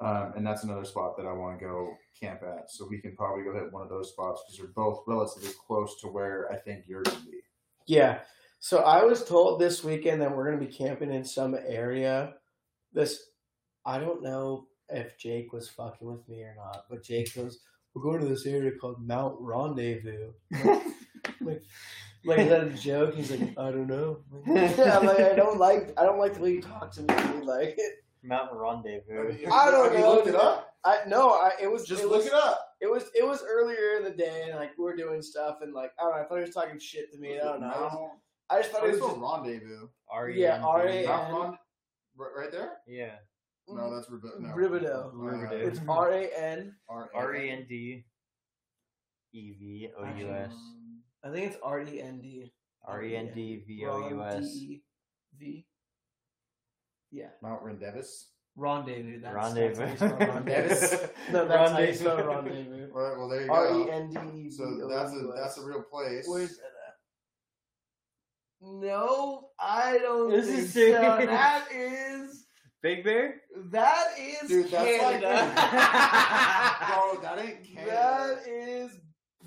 Speaker 3: Um, and that's another spot that I want to go camp at. So we can probably go hit one of those spots because they're both relatively close to where I think you're going to be.
Speaker 2: Yeah. So I was told this weekend that we're going to be camping in some area. This, I don't know if Jake was fucking with me or not, but Jake goes, "We're going to this area called Mount Rendezvous." like, like is that a joke? He's like, "I don't know." I'm like, yeah, I'm like, I don't like. I don't like the way you talk to me. dude. Like,
Speaker 1: Mountain Rendezvous.
Speaker 2: I don't
Speaker 3: Have you
Speaker 2: know.
Speaker 3: looked it up?
Speaker 2: I no. I it was
Speaker 3: Just
Speaker 2: it
Speaker 3: look
Speaker 2: was,
Speaker 3: it up.
Speaker 2: It was it was earlier in the day, and like we were doing stuff, and like I don't know. I thought he was talking shit to me. I don't know. I, was-
Speaker 3: No.
Speaker 2: I just thought
Speaker 3: Oh,
Speaker 2: it
Speaker 3: it's
Speaker 2: was
Speaker 3: called
Speaker 2: just
Speaker 3: rendezvous.
Speaker 1: R.E.M.D.. Mount-
Speaker 2: R.A.M..
Speaker 3: Not Rond- right, right there?
Speaker 1: E Yeah. E
Speaker 3: No, that's Ribido. No.
Speaker 2: Ribideau.
Speaker 1: Ribideau.
Speaker 2: It's R A N.
Speaker 3: R-
Speaker 1: R E N D E V O U S.
Speaker 3: Um,
Speaker 2: I think it's R E N D.
Speaker 1: R E N D V O U
Speaker 2: E
Speaker 1: S.
Speaker 2: V. Yeah.
Speaker 3: Mount Rendevis.
Speaker 2: Rendezvous. That's,
Speaker 1: Rendezvous.
Speaker 2: That's how you spell rendezvous. no, that's how you spell rendezvous.
Speaker 3: All right, well, there you
Speaker 2: R
Speaker 3: go.
Speaker 2: E N D E V.
Speaker 3: So that's a that's a real place.
Speaker 2: Where's that at? No, I don't
Speaker 1: This
Speaker 2: think
Speaker 1: is
Speaker 2: so.
Speaker 1: serious.
Speaker 2: That is
Speaker 1: Big Bear?
Speaker 2: that is
Speaker 3: Dude, that's like-
Speaker 2: Canada.
Speaker 3: Bro, Oh, that ain't Canada.
Speaker 2: that is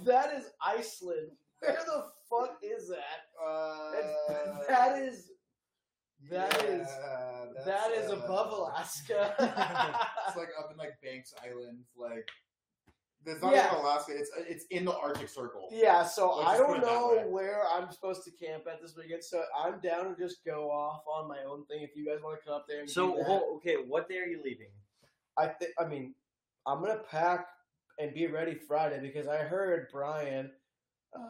Speaker 2: that is Iceland. Where the fuck is that?
Speaker 3: Uh,
Speaker 2: That's- that is that
Speaker 3: yeah,
Speaker 2: is-
Speaker 3: that's,
Speaker 2: that is
Speaker 3: uh,
Speaker 2: above Alaska.
Speaker 3: It's like up in like Banks Island, like it's not
Speaker 2: Yeah.
Speaker 3: even Alaska. It's it's in the Arctic Circle.
Speaker 2: yeah, so
Speaker 3: Let's
Speaker 2: I
Speaker 3: just
Speaker 2: don't
Speaker 3: put it that
Speaker 2: know
Speaker 3: way.
Speaker 2: where I'm supposed to camp at this weekend, so I'm down to just go off on my own thing. If you guys want to come up there, and do
Speaker 1: So,
Speaker 2: that.
Speaker 1: well, okay, what day are you leaving?
Speaker 2: I think I mean I'm gonna pack and be ready Friday because I heard Brian,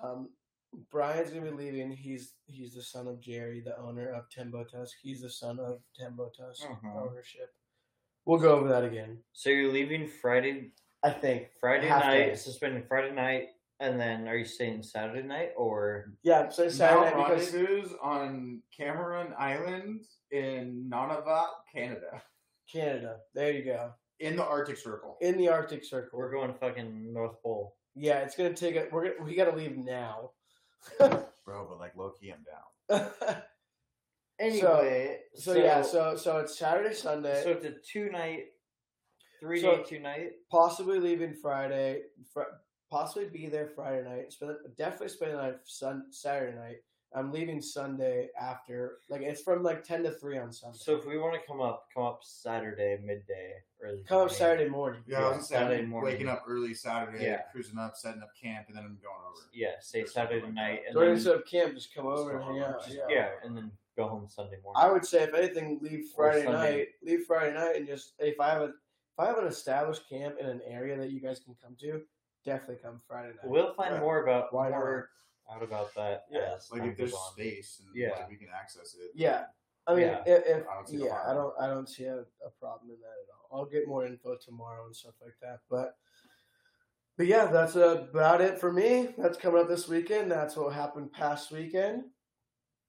Speaker 2: um, Brian's gonna be leaving. He's he's the son of Jerry, the owner of Timbo Tusk. He's the son of Timbo Tusk
Speaker 3: Mm-hmm.
Speaker 1: Mhm.
Speaker 2: ownership. We'll go over that again.
Speaker 1: So you're leaving Friday
Speaker 2: I think.
Speaker 1: Friday
Speaker 2: Half
Speaker 1: night,
Speaker 2: day.
Speaker 1: suspending Friday night, and then are you staying Saturday night or
Speaker 2: Yeah, so Saturday
Speaker 3: Mount
Speaker 2: night because
Speaker 3: Rendezvous on Cameron Island in Nunavut, Canada,
Speaker 2: Canada. There you go.
Speaker 3: in the Arctic Circle.
Speaker 2: In the Arctic Circle.
Speaker 1: we're going fucking North Pole?
Speaker 2: yeah, it's gonna take a we're gonna, we gotta leave now.
Speaker 3: Bro, but like low key, I'm down.
Speaker 1: Anyway,
Speaker 2: so yeah, so so it's Saturday, Sunday.
Speaker 1: so it's a two night, three
Speaker 2: So-
Speaker 1: day two night.
Speaker 2: possibly leaving Friday, fr- possibly be there Friday night. Spend definitely spend the night sun Saturday night, I'm leaving Sunday after. Like it's from like ten to three on Sunday.
Speaker 1: So if we want to come up, come up Saturday midday early.
Speaker 2: come up
Speaker 1: morning.
Speaker 2: Saturday morning.
Speaker 3: Yeah, I was gonna say,
Speaker 1: Saturday
Speaker 3: I'm
Speaker 1: morning.
Speaker 3: waking up early Saturday,
Speaker 1: Yeah.
Speaker 3: cruising up, setting up camp, and then I'm going over.
Speaker 1: Yeah, say
Speaker 3: Or something
Speaker 1: Saturday
Speaker 3: like
Speaker 1: night and
Speaker 2: During
Speaker 1: then,
Speaker 2: the set up camp, just come
Speaker 3: Just
Speaker 2: over and
Speaker 3: come
Speaker 2: hang
Speaker 3: over,
Speaker 2: out.
Speaker 3: just-
Speaker 2: Yeah.
Speaker 1: yeah, and then go home Sunday morning.
Speaker 2: I would say if anything, leave
Speaker 1: Or
Speaker 2: Friday
Speaker 1: Sunday.
Speaker 2: night. Leave Friday night and just if I have a if I have an established camp in an area that you guys can come to, definitely come Friday night.
Speaker 1: We'll find
Speaker 3: Yeah.
Speaker 1: more about
Speaker 2: Why not?
Speaker 1: more out about that.
Speaker 2: Yeah,
Speaker 1: as
Speaker 3: Like
Speaker 1: time
Speaker 3: if there's
Speaker 1: goes on.
Speaker 3: space and
Speaker 1: Yeah.
Speaker 3: like, we can access it.
Speaker 2: Yeah, I mean,
Speaker 1: Yeah.
Speaker 2: if, if
Speaker 3: I don't see no
Speaker 2: yeah, I
Speaker 3: harm.
Speaker 2: don't I don't see a, a problem in that at all. I'll get more info tomorrow and stuff like that. But but yeah, that's about it for me. That's coming up this weekend. That's what happened past weekend.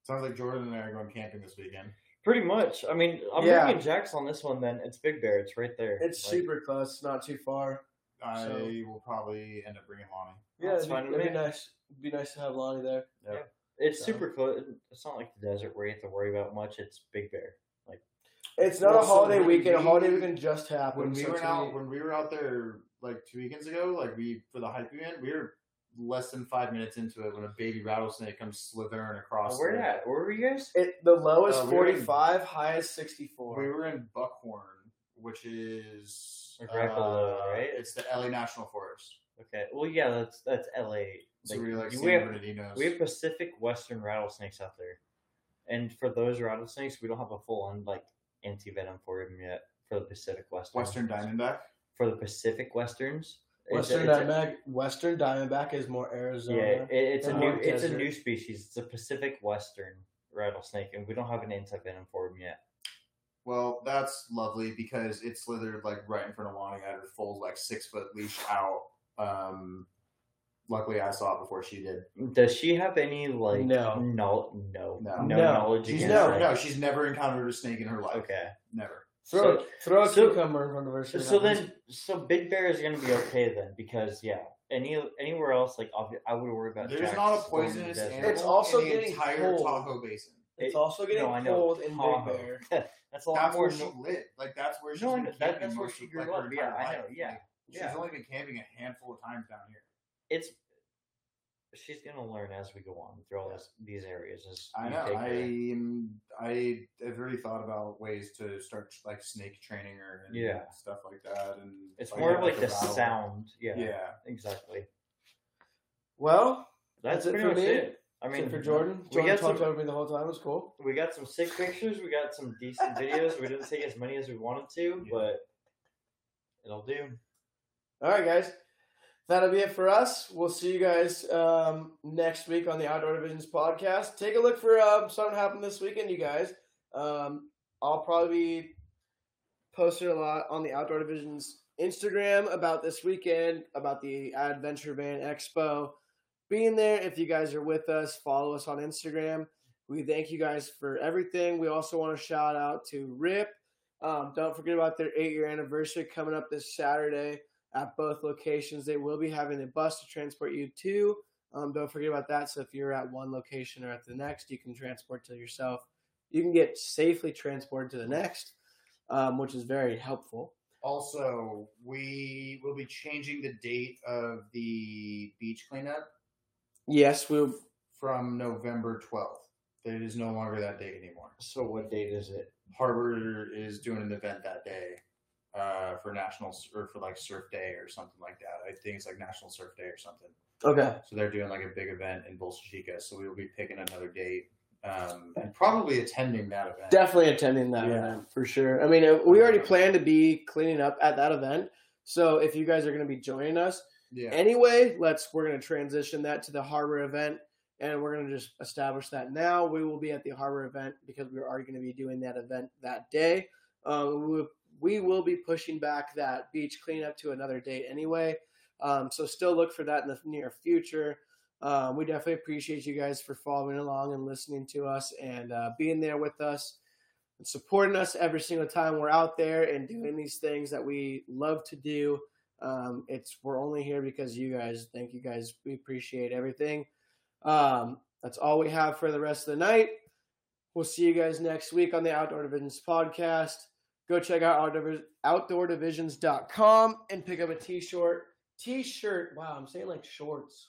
Speaker 3: Sounds like Jordan and I are going camping this weekend.
Speaker 1: Pretty much. I mean, I'm
Speaker 2: Yeah.
Speaker 1: bringing Jax on this one. Then it's Big Bear. It's right there.
Speaker 2: It's
Speaker 1: Like,
Speaker 2: super close. It's not too far.
Speaker 3: I
Speaker 2: So-
Speaker 3: will probably end up bringing Lonnie.
Speaker 1: Yeah,
Speaker 2: Yeah,
Speaker 1: it's
Speaker 2: it'd,
Speaker 1: fine
Speaker 2: be,
Speaker 1: with
Speaker 2: it'd be
Speaker 1: me.
Speaker 2: nice. It'd be nice to have Lonnie there.
Speaker 1: It's
Speaker 2: so.
Speaker 1: super close. It's not like the desert where you have to worry about much. It's Big Bear.
Speaker 2: It's not a
Speaker 3: Well, so
Speaker 2: holiday
Speaker 3: when
Speaker 2: weekend. a
Speaker 3: we-
Speaker 2: holiday weekend just happened.
Speaker 3: When we
Speaker 2: so
Speaker 3: were
Speaker 2: to me-
Speaker 3: out, when we were out there like two weekends ago, like we for the hike we went, we were less than five minutes into it when a baby rattlesnake comes slithering across.
Speaker 1: where
Speaker 3: the-
Speaker 1: at? Where were you guys?
Speaker 2: it, the lowest
Speaker 3: Uh, we were in-
Speaker 2: 45, highest 64.
Speaker 3: We were in Buckhorn, which is uh,
Speaker 1: Like right below, right?
Speaker 3: It's the LA National Forest.
Speaker 1: Okay. Well, yeah, that's that's L.A.
Speaker 3: So we were like
Speaker 1: you-
Speaker 3: San
Speaker 1: we have
Speaker 3: Bernardino's.
Speaker 1: we have Pacific Western rattlesnakes out there, and for those rattlesnakes, we don't have a full on like anti venom for them yet for the Pacific Western.
Speaker 3: Western Diamondback.
Speaker 1: for the Pacific Westerns. It's a-
Speaker 2: Western
Speaker 1: it's a-
Speaker 2: Diamondback, Western Diamondback is more Arizona.
Speaker 1: Yeah, it, it's a
Speaker 2: and
Speaker 1: new
Speaker 2: more
Speaker 1: it's a
Speaker 2: desert.
Speaker 1: new species. It's a Pacific Western rattlesnake, and we don't have an anti venom for him yet.
Speaker 3: Well, that's lovely because it slithered like right in front of Lonnie. I had her full like six foot leash out. Um, luckily, I saw it before she did.
Speaker 1: Does she have any like
Speaker 2: No.
Speaker 1: no no
Speaker 3: No.
Speaker 2: No.
Speaker 1: knowledge?
Speaker 3: She's
Speaker 1: against,
Speaker 2: no,
Speaker 3: never
Speaker 1: like-
Speaker 3: no, she's never encountered a snake in her life.
Speaker 1: Okay,
Speaker 3: never.
Speaker 2: Throw
Speaker 1: So-
Speaker 2: throw a
Speaker 1: so-
Speaker 2: cucumber in front of her. see what
Speaker 1: so
Speaker 2: happens.
Speaker 1: then so Big Bear is gonna be okay then because yeah, any anywhere else like obvi- I would worry about.
Speaker 3: There's
Speaker 1: Jack's
Speaker 3: not a
Speaker 1: going to the
Speaker 3: poisonous
Speaker 1: desert.
Speaker 3: animal.
Speaker 2: It's also
Speaker 3: in the
Speaker 2: getting
Speaker 3: entire
Speaker 2: cold.
Speaker 3: Tahoe Basin.
Speaker 2: it's
Speaker 1: it-
Speaker 2: also getting
Speaker 1: no, I know.
Speaker 2: cold in Big
Speaker 1: Tahoe.
Speaker 2: Bear.
Speaker 1: That's a lot
Speaker 3: That's
Speaker 1: more.
Speaker 3: where she
Speaker 1: no-
Speaker 3: lived. Like that's where she's
Speaker 1: No, I
Speaker 3: been
Speaker 1: know. That-
Speaker 3: camping
Speaker 1: that's where
Speaker 3: most
Speaker 1: she
Speaker 3: of,
Speaker 1: grew
Speaker 3: like, her
Speaker 1: up. Yeah,
Speaker 3: entire
Speaker 1: I know.
Speaker 3: life.
Speaker 1: Yeah.
Speaker 3: Like,
Speaker 1: Yeah.
Speaker 3: She's only been camping a handful of times down here.
Speaker 1: It's she's gonna learn as we go on through all this, these areas. As
Speaker 3: I
Speaker 1: you
Speaker 3: know.
Speaker 1: take
Speaker 3: I
Speaker 1: her.
Speaker 3: am. I have already thought about ways to start like snake training her and
Speaker 1: Yeah.
Speaker 3: stuff like that. And
Speaker 1: It's more of like the
Speaker 3: rattle.
Speaker 1: sound.
Speaker 3: Yeah.
Speaker 1: Yeah, exactly.
Speaker 2: Well,
Speaker 1: That's,
Speaker 2: That's it
Speaker 1: pretty
Speaker 2: for
Speaker 1: much
Speaker 2: me.
Speaker 1: it. I
Speaker 2: I mean,
Speaker 1: mean,
Speaker 2: for Jordan,
Speaker 1: we
Speaker 2: Jordan
Speaker 1: got
Speaker 2: talked
Speaker 1: some-
Speaker 2: over me the whole time. It was cool.
Speaker 1: we got some sick pictures. We got some decent videos. We didn't take as many as we wanted to,
Speaker 3: Yeah.
Speaker 1: but it'll do.
Speaker 2: All right, guys, that'll be it for us. We'll see you guys um, next week on the Outdoor Divisions podcast. Take a look for um, something happened this weekend, you guys. Um, I'll probably be posting a lot on the Outdoor Divisions Instagram about this weekend, about the Adventure Van Expo. Being there, if you guys are with us, follow us on Instagram. We thank you guys for everything. We also want to shout out to RIP. Um, don't forget about their eight year anniversary coming up this Saturday at both locations. They will be having a bus to transport you to. Um, don't forget about that. So if you're at one location or at the next, you can transport to yourself. You can get safely transported to the next, um, which is very helpful.
Speaker 3: Also, we will be changing the date of the beach cleanup
Speaker 2: Yes, we.
Speaker 3: from November 12th. It is no longer that date anymore.
Speaker 1: So what date is it?
Speaker 3: Harvard is doing an event that day uh, for National or for like Surf Day or something like that. I think it's like National Surf Day or something.
Speaker 2: Okay.
Speaker 3: So they're doing like a big event in Bolsa Chica. So we will be picking another date um, and probably attending that event.
Speaker 2: Definitely attending that
Speaker 3: Yeah.
Speaker 2: event for sure. I mean, uh, we already plan to be cleaning up at that event. So if you guys are going to be joining us,
Speaker 3: yeah.
Speaker 2: anyway let's we're going to transition that to the harbor event and we're going to just establish that now we will be at the harbor event because we are going to be doing that event that day um, we, will, we will be pushing back that beach cleanup to another date anyway um, so still look for that in the near future um, we definitely appreciate you guys for following along and listening to us and uh, being there with us and supporting us every single time we're out there and doing these things that we love to do um, it's we're only here because you guys. Thank you guys. We appreciate everything. Um, that's all we have for the rest of the night. We'll see you guys next week on the Outdoor Divisions podcast. Go check out outdoor, outdoordivisions.com and pick up a t-shirt. T-shirt. Wow, I'm saying like shorts.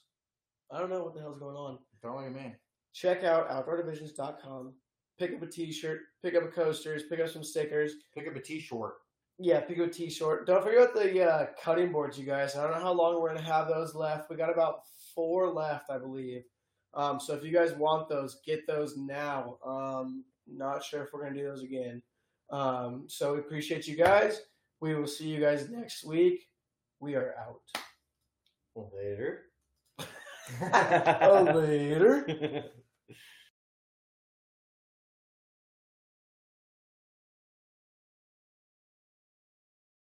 Speaker 2: I don't know what the hell's going on.
Speaker 3: Don't look at me.
Speaker 2: Check out outdoordivisions.com. Pick up a t-shirt, pick up coasters, pick up some stickers.
Speaker 3: Pick up a t-shirt.
Speaker 2: Yeah, pick up a t-shirt. Don't forget the uh, cutting boards, you guys. I don't know how long we're going to have those left. We got about four left, I believe. Um, so if you guys want those, get those now. Um, not sure if we're going to do those again. Um, so we appreciate you guys. We will see you guys next week. We are out.
Speaker 1: Later.
Speaker 2: Oh, later.
Speaker 1: later.